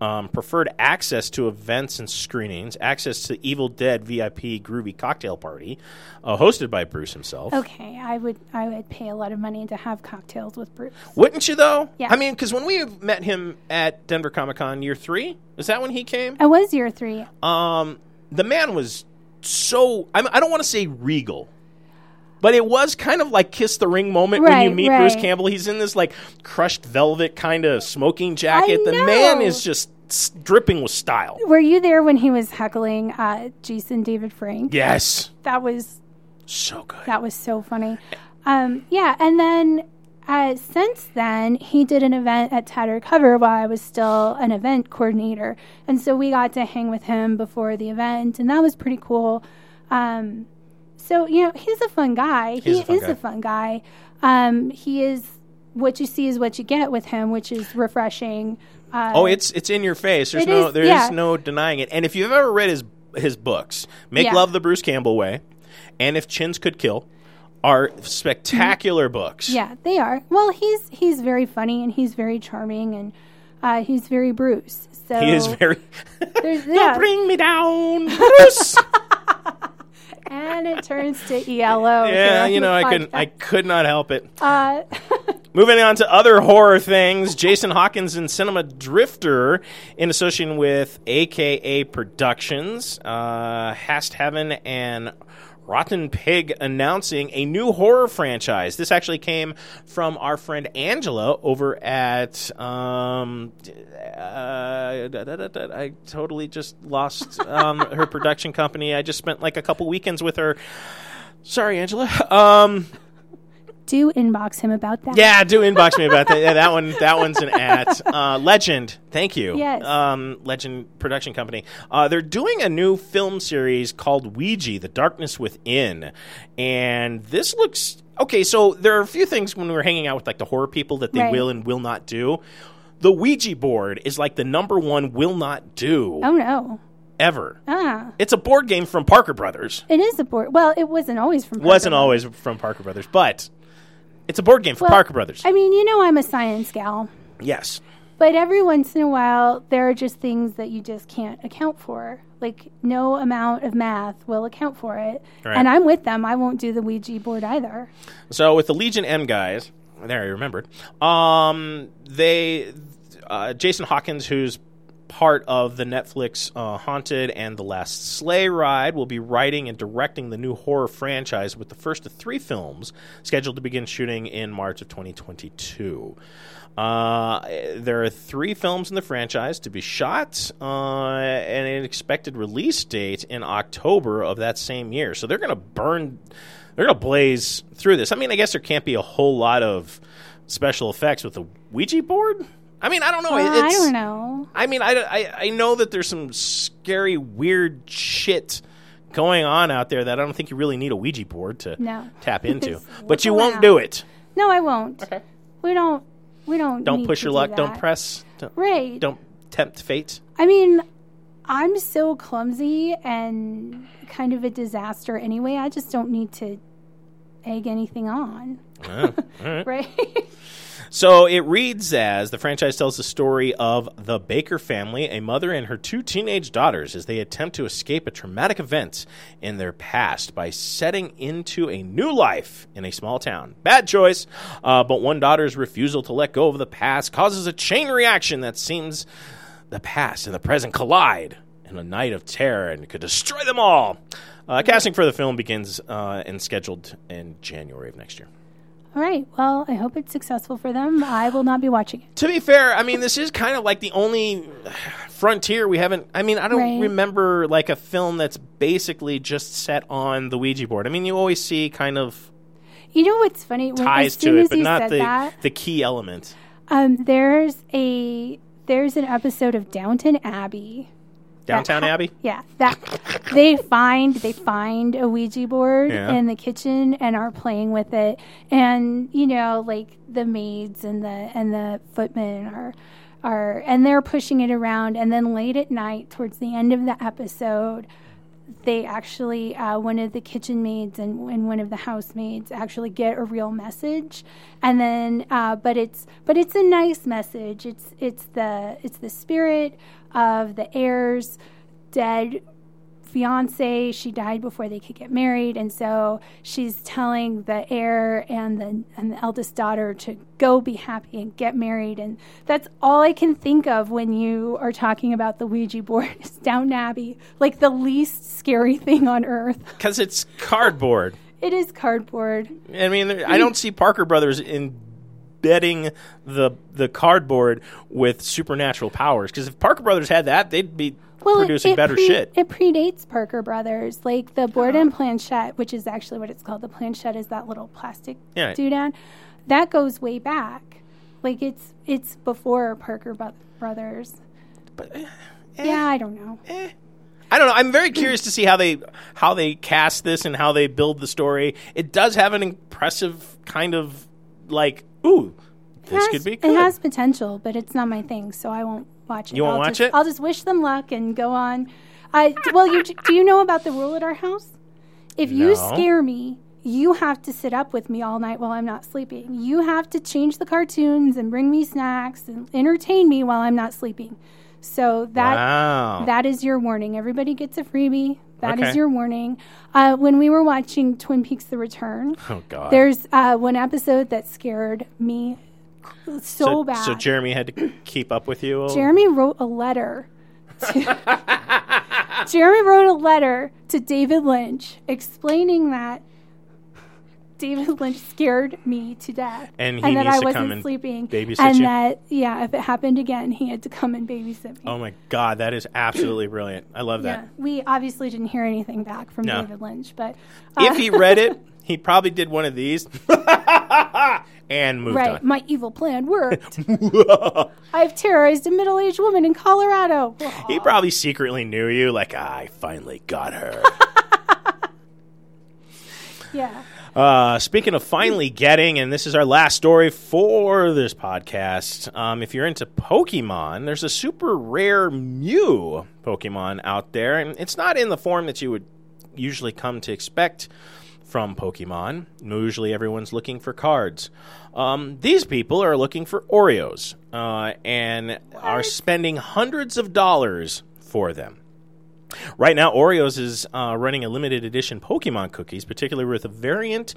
A: um, preferred access to events and screenings, access to Evil Dead VIP Groovy Cocktail Party, uh, hosted by Bruce himself.
B: Okay, I would I would pay a lot of money to have cocktails with Bruce.
A: Wouldn't you though?
B: Yeah.
A: I mean, because when we met him at Denver Comic Con year three, is that when he came?
B: I was year 3.
A: Um, the man was so I, I don't want to say regal, but it was kind of like kiss the ring moment when you
B: Right,
A: meet Bruce
B: right.
A: Campbell. He's in this like crushed velvet kind of smoking jacket. the
B: know.
A: man is just s- dripping with style.
B: Were you there when he was heckling uh, Jason David Frank?
A: Yes,
B: That was
A: so good.
B: That was so funny. Um, yeah, and then uh, since then, he did an event at Tatter Cover while I was still an event coordinator. And so we got to hang with him before the event, and that was pretty cool. Um, so, you know, he's a fun guy.
A: He's
B: he
A: a fun
B: is
A: guy.
B: a fun guy. Um, he is what you see is what you get with him, which is refreshing. Uh,
A: Oh, it's it's in your face. There's
B: It
A: no
B: is,
A: there's
B: yeah.
A: no denying it. And if you've ever read his his books, Make
B: Yeah.
A: Love the Bruce Campbell Way, and If Chins Could Kill, are spectacular books.
B: Mm-hmm. Yeah, they are. Well, he's he's very funny and he's very charming and uh, he's very Bruce. So
A: He is very.
B: there's,
A: Don't
B: yeah.
A: bring me down, Bruce.
B: and it turns to ELO.
A: yeah,
B: here
A: you
B: on
A: know
B: the
A: I could I
B: podcast.
A: could not help it.
B: Uh,
A: Moving on to other horror things, Jason Hawkins and Cinema Drifter, in association with AKA Productions, uh, Hast Heaven, and Rotten Pig announcing a new horror franchise. This actually came from our friend Angela over at. Um, uh, da- da- da- da- I totally just lost um, her production company. I just spent like a couple weekends with her. Sorry, Angela. Um,
B: do inbox him about that.
A: yeah, do inbox me about that. Yeah, that one. That one's an at uh, Legend. Thank you.
B: Yes.
A: Um, Legend Production Company. Uh, they're doing a new film series called Ouija: The Darkness Within, and this looks okay. So there are a few things when we were hanging out with like the horror people that they
B: Right.
A: will and will not do. The Ouija board is like the number one will not do
B: Oh no.
A: ever.
B: Ah,
A: It's a board game from Parker Brothers.
B: it is a board. Well, it wasn't always from.
A: Wasn't
B: Parker.
A: always from Parker Brothers, but it's a board game from
B: Well,
A: Parker Brothers.
B: I mean, you know, I'm a science gal,
A: yes.
B: but every once in a while, there are just things that you just can't account for. Like no amount of math will account for it.
A: Right.
B: And I'm with them. I won't do the Ouija board either.
A: So with the Legion M guys, there I remembered. Um, they, uh, Jason Hawkins, who's part of the Netflix uh, Haunted and The Last Sleigh Ride, will be writing and directing the new horror franchise with the first of three films scheduled to begin shooting in March of 2022. Uh, there are three films in the franchise to be shot, uh, and an expected release date in October of that same year. So they're going to burn, they're going to blaze through this. I mean, I guess there can't be a whole lot of special effects with the Ouija board. I mean, I don't know.
B: Well,
A: Oh, It's,
B: Uh, I don't know.
A: I mean, I, I, I know that there's some scary, weird shit going on out there that I don't think you really need a Ouija board to
B: No.
A: tap into,
B: Just
A: but you
B: look
A: won't
B: around.
A: do it.
B: No, I won't. Okay. We don't. We don't.
A: Don't
B: need
A: push
B: to
A: your
B: do
A: luck. Don't
B: that.
A: press. Don't,
B: Right.
A: don't tempt fate.
B: I mean, I'm so clumsy and kind of a disaster anyway. I just don't need to egg anything on. right?
A: So it reads as the franchise tells the story of the Baker family, a mother and her two teenage daughters, as they attempt to escape a traumatic event in their past by setting into a new life in a small town. Bad choice, uh, but one daughter's refusal to let go of the past causes a chain reaction that seems the past and the present collide in a night of terror and could destroy them all. Uh, casting for the film begins uh, and scheduled in January of next year.
B: All right. Well, I hope it's successful for them. I will not be watching it.
A: to be fair, I mean, this is kind of like the only frontier we haven't. I mean, I don't
B: Right.
A: remember like a film that's basically just set on the Ouija board. I mean, you always see kind of
B: You know what's funny? When,
A: ties
B: as soon
A: to it,
B: as
A: but
B: you
A: not
B: said
A: the
B: that,
A: the key element.
B: um, there's a there's an episode of Downton Abbey
A: Downtown Abbey?
B: Yeah, that they find they find a Ouija board
A: Yeah.
B: in the kitchen and are playing with it, and you know, like the maids and the and the footmen are are and they're pushing it around, and then late at night, towards the end of the episode. They actually, uh, one of the kitchen maids and, and one of the housemaids actually get a real message, and then, uh, but it's but it's a nice message. It's it's the it's the spirit of the heirs dead fiance she died before they could get married and so she's telling the heir and the and the eldest daughter to go be happy and get married and that's all i can think of when you are talking about the ouija board is down abbey like the least scary thing on earth
A: Because it's cardboard.
B: it is cardboard
A: I mean, there- I don't see Parker Brothers embedding the the cardboard with supernatural powers. Because if Parker Brothers had that, they'd be
B: it-
A: producing
B: it
A: better
B: pre-
A: shit.
B: It predates Parker Brothers. Like the board and planchette, which is actually what it's called. The planchette is that little plastic
A: Yeah.
B: doodad. That goes way back. Like it's it's before Parker Bro- Brothers.
A: But, eh,
B: Yeah, I don't know.
A: I don't know. I'm very curious to see how they how they cast this and how they build the story. It does have an impressive kind of like ooh,
B: It
A: this
B: has-
A: could be
B: It
A: good.
B: has potential, but it's not my thing, so I won't watch it.
A: You won't
B: I'll
A: watch
B: just,
A: it?
B: I'll just wish them luck and go on. I well, you do you know about the rule at our house? If
A: No.
B: you scare me, you have to sit up with me all night while I'm not sleeping. You have to change the cartoons and bring me snacks and entertain me while I'm not sleeping. So that
A: wow.
B: that is your warning. Everybody gets a freebie. That is
A: Okay.
B: your warning. Uh, when we were watching Twin Peaks: The Return,
A: oh god.
B: there's uh, one episode that scared me so,
A: so,
B: bad.
A: so Jeremy had to keep up with you.
B: Jeremy wrote a letter. To Jeremy wrote a letter to David Lynch explaining that David Lynch scared me to death,
A: And he
B: that
A: needs to
B: I
A: come
B: wasn't
A: and
B: sleeping,
A: babysit
B: and
A: you?
B: that yeah, if it happened again, he had to come and babysit me.
A: Oh my god, that is absolutely brilliant. I love that.
B: yeah, we obviously didn't hear anything back from
A: No.
B: David Lynch, but
A: if he read it, he probably did one of these and moved
B: right,
A: on.
B: my evil plan worked. I've terrorized a middle-aged woman in Colorado.
A: He probably secretly knew you, like I finally got her.
B: Yeah.
A: Uh, speaking of finally getting, and this is our last story for this podcast. Um, if you're into Pokemon, there's a super rare Mew Pokemon out there, and it's not in the form that you would usually come to expect from Pokemon. Usually, everyone's looking for cards. Um, these people are looking for Oreos uh, and are spending hundreds of dollars for them. Right now, Oreos is uh, running a limited edition Pokemon cookies, particularly with a variant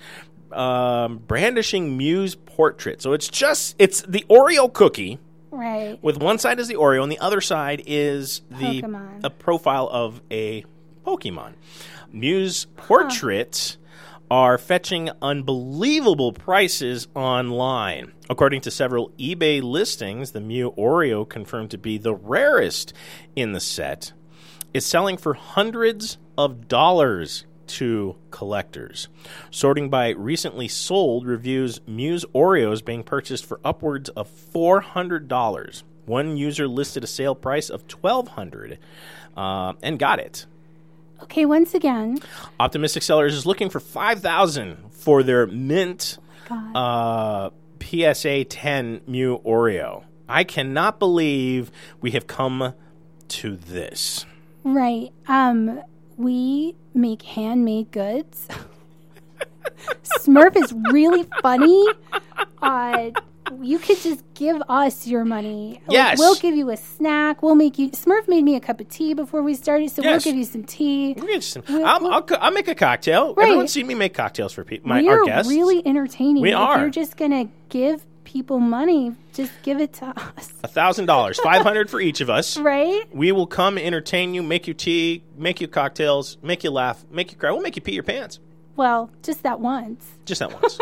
A: um, brandishing Mew's portrait. So it's just it's the Oreo cookie
B: Right.
A: with one side is the Oreo and the other side is the
B: Pokemon.
A: a profile of a Pokemon. Mew's portraits are fetching unbelievable prices online. According to several eBay listings, the Mew Oreo confirmed to be the rarest in the set is selling for hundreds of dollars to collectors. Sorting by recently sold reveals Muse Oreos being purchased for upwards of $400. One user listed a sale price of 1200 uh, and got it.
B: Okay, once again,
A: Optimistic Sellers is looking for 5000 for their mint
B: God.
A: uh, PSA 10 Mew Oreo. I cannot believe we have come to this.
B: right. Um, we make handmade goods. Smurf is really funny. Uh, you could just give us your money. Like,
A: Yes.
B: we'll give you a snack. We'll make you. Smurf made me a cup of tea before we started, so
A: Yes.
B: we'll give you some tea.
A: We're interesting. I'll, I'll, co- I'll make a cocktail.
B: Right.
A: Everyone's seen me make cocktails for people. My our
B: We're
A: guests.
B: really entertaining.
A: We
B: if
A: are.
B: You're just gonna give people money. Just give it to us,
A: thousand dollars, five hundred for each of us.
B: right?
A: We will come entertain you, make you tea, make you cocktails, make you laugh, make you cry. We'll make you pee your pants.
B: Well, just that once.
A: Just that once.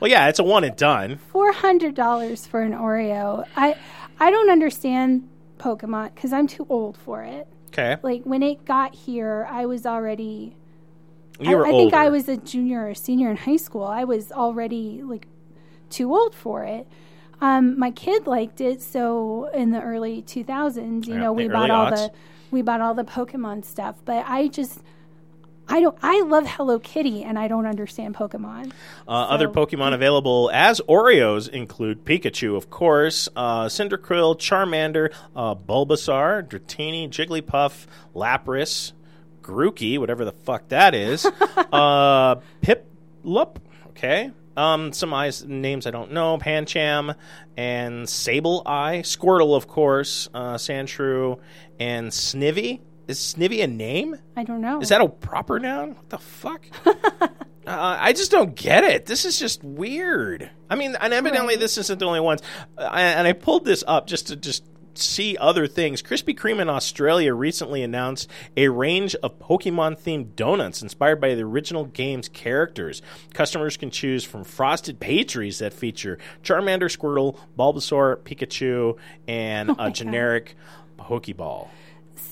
A: well, yeah, it's a one and done.
B: four hundred dollars for an Oreo. I I don't understand Pokemon because I'm too old for it.
A: Okay,
B: Like when it got here, I was already.
A: you were
B: I, I
A: older.
B: think I was a junior or senior in high school. I was already like too old for it. Um, my kid liked it, so in the early two thousands, you
A: Yeah,
B: know,
A: the
B: we
A: early
B: bought all
A: aughts.
B: the we bought all the Pokemon stuff. But I just, I don't. I love Hello Kitty, and I don't understand Pokemon.
A: Uh, Other Pokemon available as Oreos include Pikachu, of course, uh, Cyndaquil, Charmander, uh, Bulbasaur, Dratini, Jigglypuff, Lapras, Grookey, whatever the fuck that is, uh, Piplup, okay, um, some eyes, names I don't know, Pancham, and Sable Eye, Squirtle, of course, uh, Sandshrew, and Snivy. Is Snivy a name?
B: I don't know.
A: Is that a proper noun? What the fuck? uh, I just don't get it. This is just weird. I mean, and evidently this isn't the only ones. Uh, and I pulled this up just to just see other things. Krispy Kreme in Australia recently announced a range of Pokemon themed donuts inspired by the original game's characters. Customers can choose from frosted pastries that feature Charmander, Squirtle, Bulbasaur, Pikachu, and a generic Pokeball.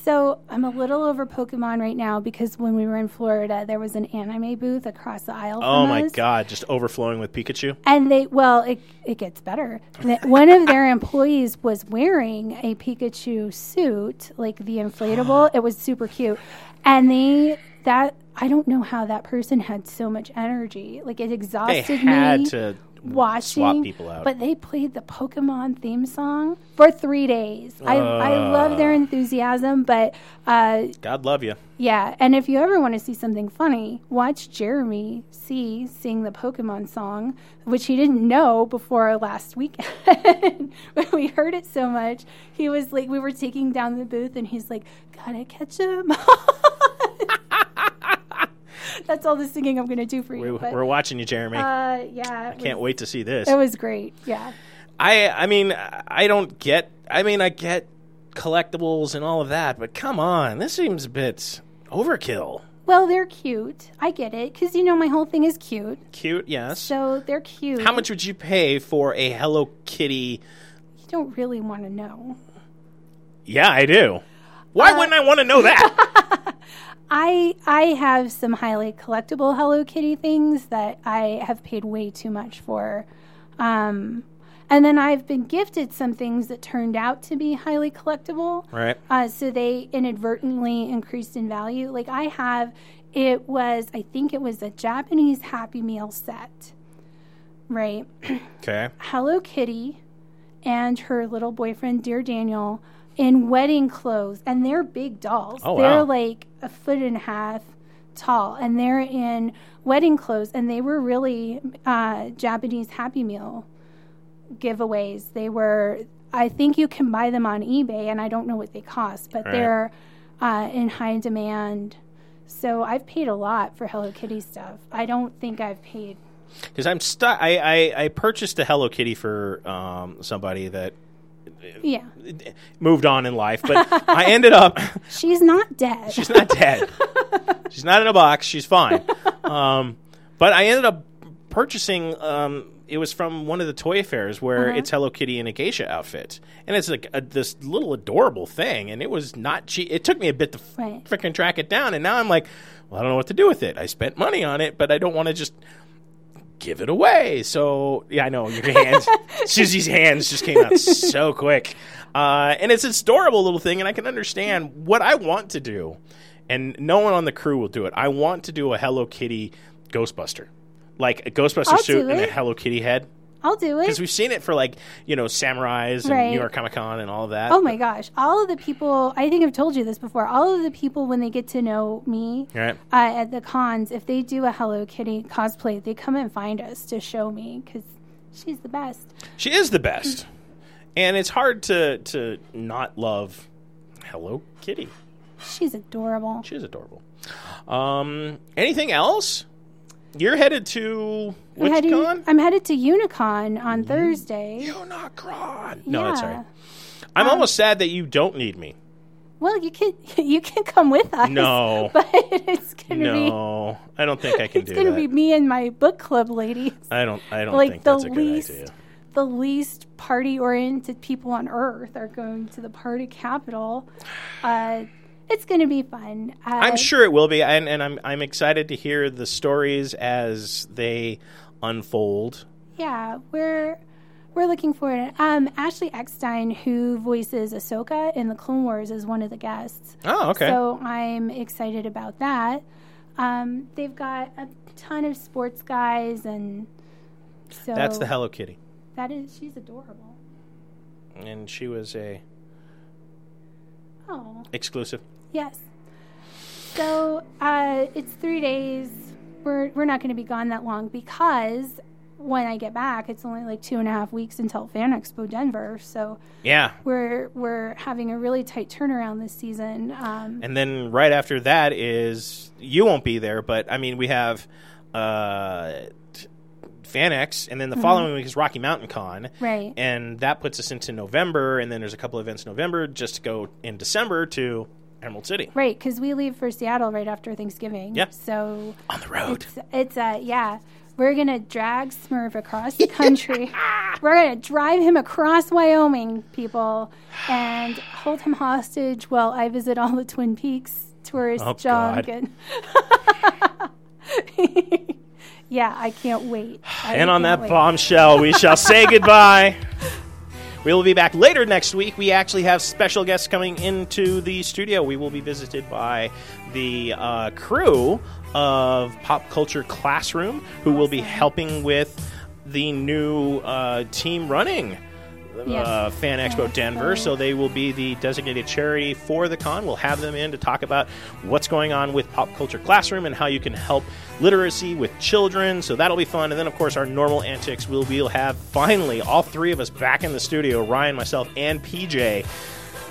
B: So I'm a little over Pokemon right now because when we were in Florida, there was an anime booth across the aisle.
A: Oh
B: from
A: my
B: us.
A: god, just overflowing with Pikachu.
B: And they, well, it, it gets better. The- One of their employees was wearing a Pikachu suit, like the inflatable. It was super cute. And they, that, I don't know how that person had so much energy. Like it
A: They
B: exhausted
A: had
B: me
A: to
B: watching.
A: swap people out.
B: But they played the Pokemon theme song for three days. I, I love their enthusiasm, but uh,
A: God love you.
B: yeah, and if you ever want to see something funny, watch Jeremy C sing the Pokemon song, which he didn't know before last weekend. when we heard it so much, he was like, we were taking down the booth, and he's like, "Gotta catch 'em!" That's all the singing I'm gonna do for
A: We,
B: you. but,
A: we're watching you, Jeremy.
B: uh, yeah, it
A: Can't
B: was,
A: wait to see this.
B: It was great. Yeah,
A: I I mean I don't get. I mean I get collectibles and all of that, but come on, this seems a bit overkill.
B: well, they're cute. I get it because you know my whole thing is cute,
A: Cute, yes.
B: so they're cute.
A: How much would you pay for a Hello Kitty?
B: You don't really want to know.
A: Yeah, I do. Why
B: Uh,
A: wouldn't I want to know that?
B: I I have some highly collectible Hello Kitty things that I have paid way too much for. Um, and then I've been gifted some things that turned out to be highly collectible.
A: right.
B: Uh, so they inadvertently increased in value. Like I have, it was, I think it was a Japanese Happy Meal set, right?
A: Okay.
B: Hello Kitty and her little boyfriend, Dear Daniel, in wedding clothes. And they're big dolls.
A: Oh, wow.
B: they're like a foot and a half tall. And they're in wedding clothes. And they were really uh, Japanese Happy Meal giveaways. They were, I think you can buy them on eBay, and I don't know what they cost, but
A: Right.
B: they're uh, in high demand. So I've paid a lot for Hello Kitty stuff. I don't think I've paid
A: Because I'm stuck. I, I I purchased a Hello Kitty for um somebody that eh,
B: yeah.
A: moved on in life, but I ended up.
B: She's not dead.
A: She's not dead. she's not in a box. She's fine. Um, but I ended up purchasing. Um, it was from one of the toy fairs where it's Hello Kitty in a geisha outfit, and it's like a, this little adorable thing. And it was not cheap. It took me a bit to f-
B: Right.
A: freaking track it down, and now I'm like, well, I don't know what to do with it. I spent money on it, but I don't want to just give it away. So yeah, I know your hands. Susie's hands just came out so quick, uh, and it's this adorable little thing, and I can understand what I want to do, and no one on the crew will do it. I want to do a Hello Kitty Ghostbuster, like a Ghostbuster
B: I'll
A: suit
B: do
A: and a
B: it.
A: Hello Kitty head,
B: I'll do it.
A: because we've seen it for like you know samurais and
B: Right.
A: New York Comic Con and all of that.
B: Oh my gosh. All of the people, I think I've told you this before, all of the people, when they get to know me
A: Right.
B: uh, at the cons, if they do a Hello Kitty cosplay, they come and find us to show me because she's the best.
A: She is the best, and it's hard to to not love Hello Kitty.
B: She's adorable.
A: She is adorable. Um, anything else? You're headed to
B: I'm headed,
A: WitchCon?
B: I'm headed to Unicon on Thursday.
A: Unicron. No, that's all
B: Yeah. Um,
A: right. I'm almost sad that you don't need me.
B: Well, you can you can come with us.
A: No.
B: but it's gonna be
A: No, I don't think I can
B: it's
A: do
B: gonna
A: that.
B: be me and my book club ladies,
A: I don't. I don't
B: like
A: think
B: the
A: that's a good
B: least-
A: idea.
B: the least party oriented people on earth, are going to the party capital. Uh, it's gonna be fun. Uh,
A: I'm sure it will be, and, and I'm I'm excited to hear the stories as they unfold.
B: Yeah, we're We're looking forward. Um, Ashley Eckstein, who voices Ahsoka in the Clone Wars, is one of the guests.
A: Oh, okay.
B: So I'm excited about that. Um, they've got a ton of sports guys, and so
A: That's the Hello Kitty,
B: that is she's adorable.
A: and she was a
B: Oh,
A: exclusive.
B: Yes. So uh, it's three days. We're we're not going to be gone that long because when I get back, it's only like two and a half weeks until Fan Expo Denver. So
A: Yeah,
B: we're we're having a really tight turnaround this season. Um,
A: and then right after that is you won't be there, but I mean we have uh, t- Fanex, and then the following week is Rocky Mountain Con,
B: right.
A: and that puts us into November, and then there's a couple events in November just to go in December to Emerald City
B: Right, because we leave for Seattle right after Thanksgiving.
A: Yeah.
B: So
A: on the road.
B: it's, it's uh, yeah, we're gonna drag Smurf across the country. we're gonna drive him across Wyoming, people, and hold him hostage while I visit all the Twin Peaks tourist
A: Oh,
B: junk.
A: God.
B: and- yeah, I can't wait. I
A: And on
B: can't
A: that
B: wait.
A: bombshell, we shall say goodbye. We will be back later next week. We actually have special guests coming into the studio. We will be visited by the uh, crew of Pop Culture Classroom, who will be helping with the new uh, team running.
B: Yes.
A: Uh, Fan Expo Denver, so they will be the designated charity for the con. We'll have them in to talk about what's going on with Pop Culture Classroom and how you can help literacy with children. So that'll be fun. And then, of course, our normal antics will we'll have finally all three of us back in the studio Ryan, myself, and PJ.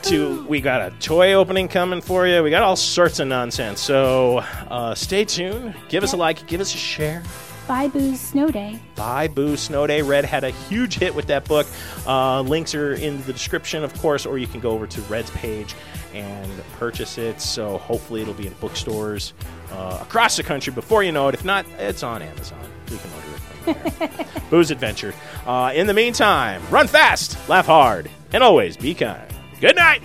A: To, we got a toy opening coming for you. We got all sorts of nonsense. So uh, stay tuned. Give us a like. Give us a share.
B: Bye, booze, snow day.
A: Bye Boo Snow Day. Red had a huge hit with that book. Uh, links are in the description, of course, or you can go over to Red's page and purchase it. So hopefully it'll be in bookstores uh, across the country before you know it. If not, it's on Amazon. You can order it from there. Boo's Adventure. Uh, in the meantime, run fast, laugh hard, and always be kind. Good night.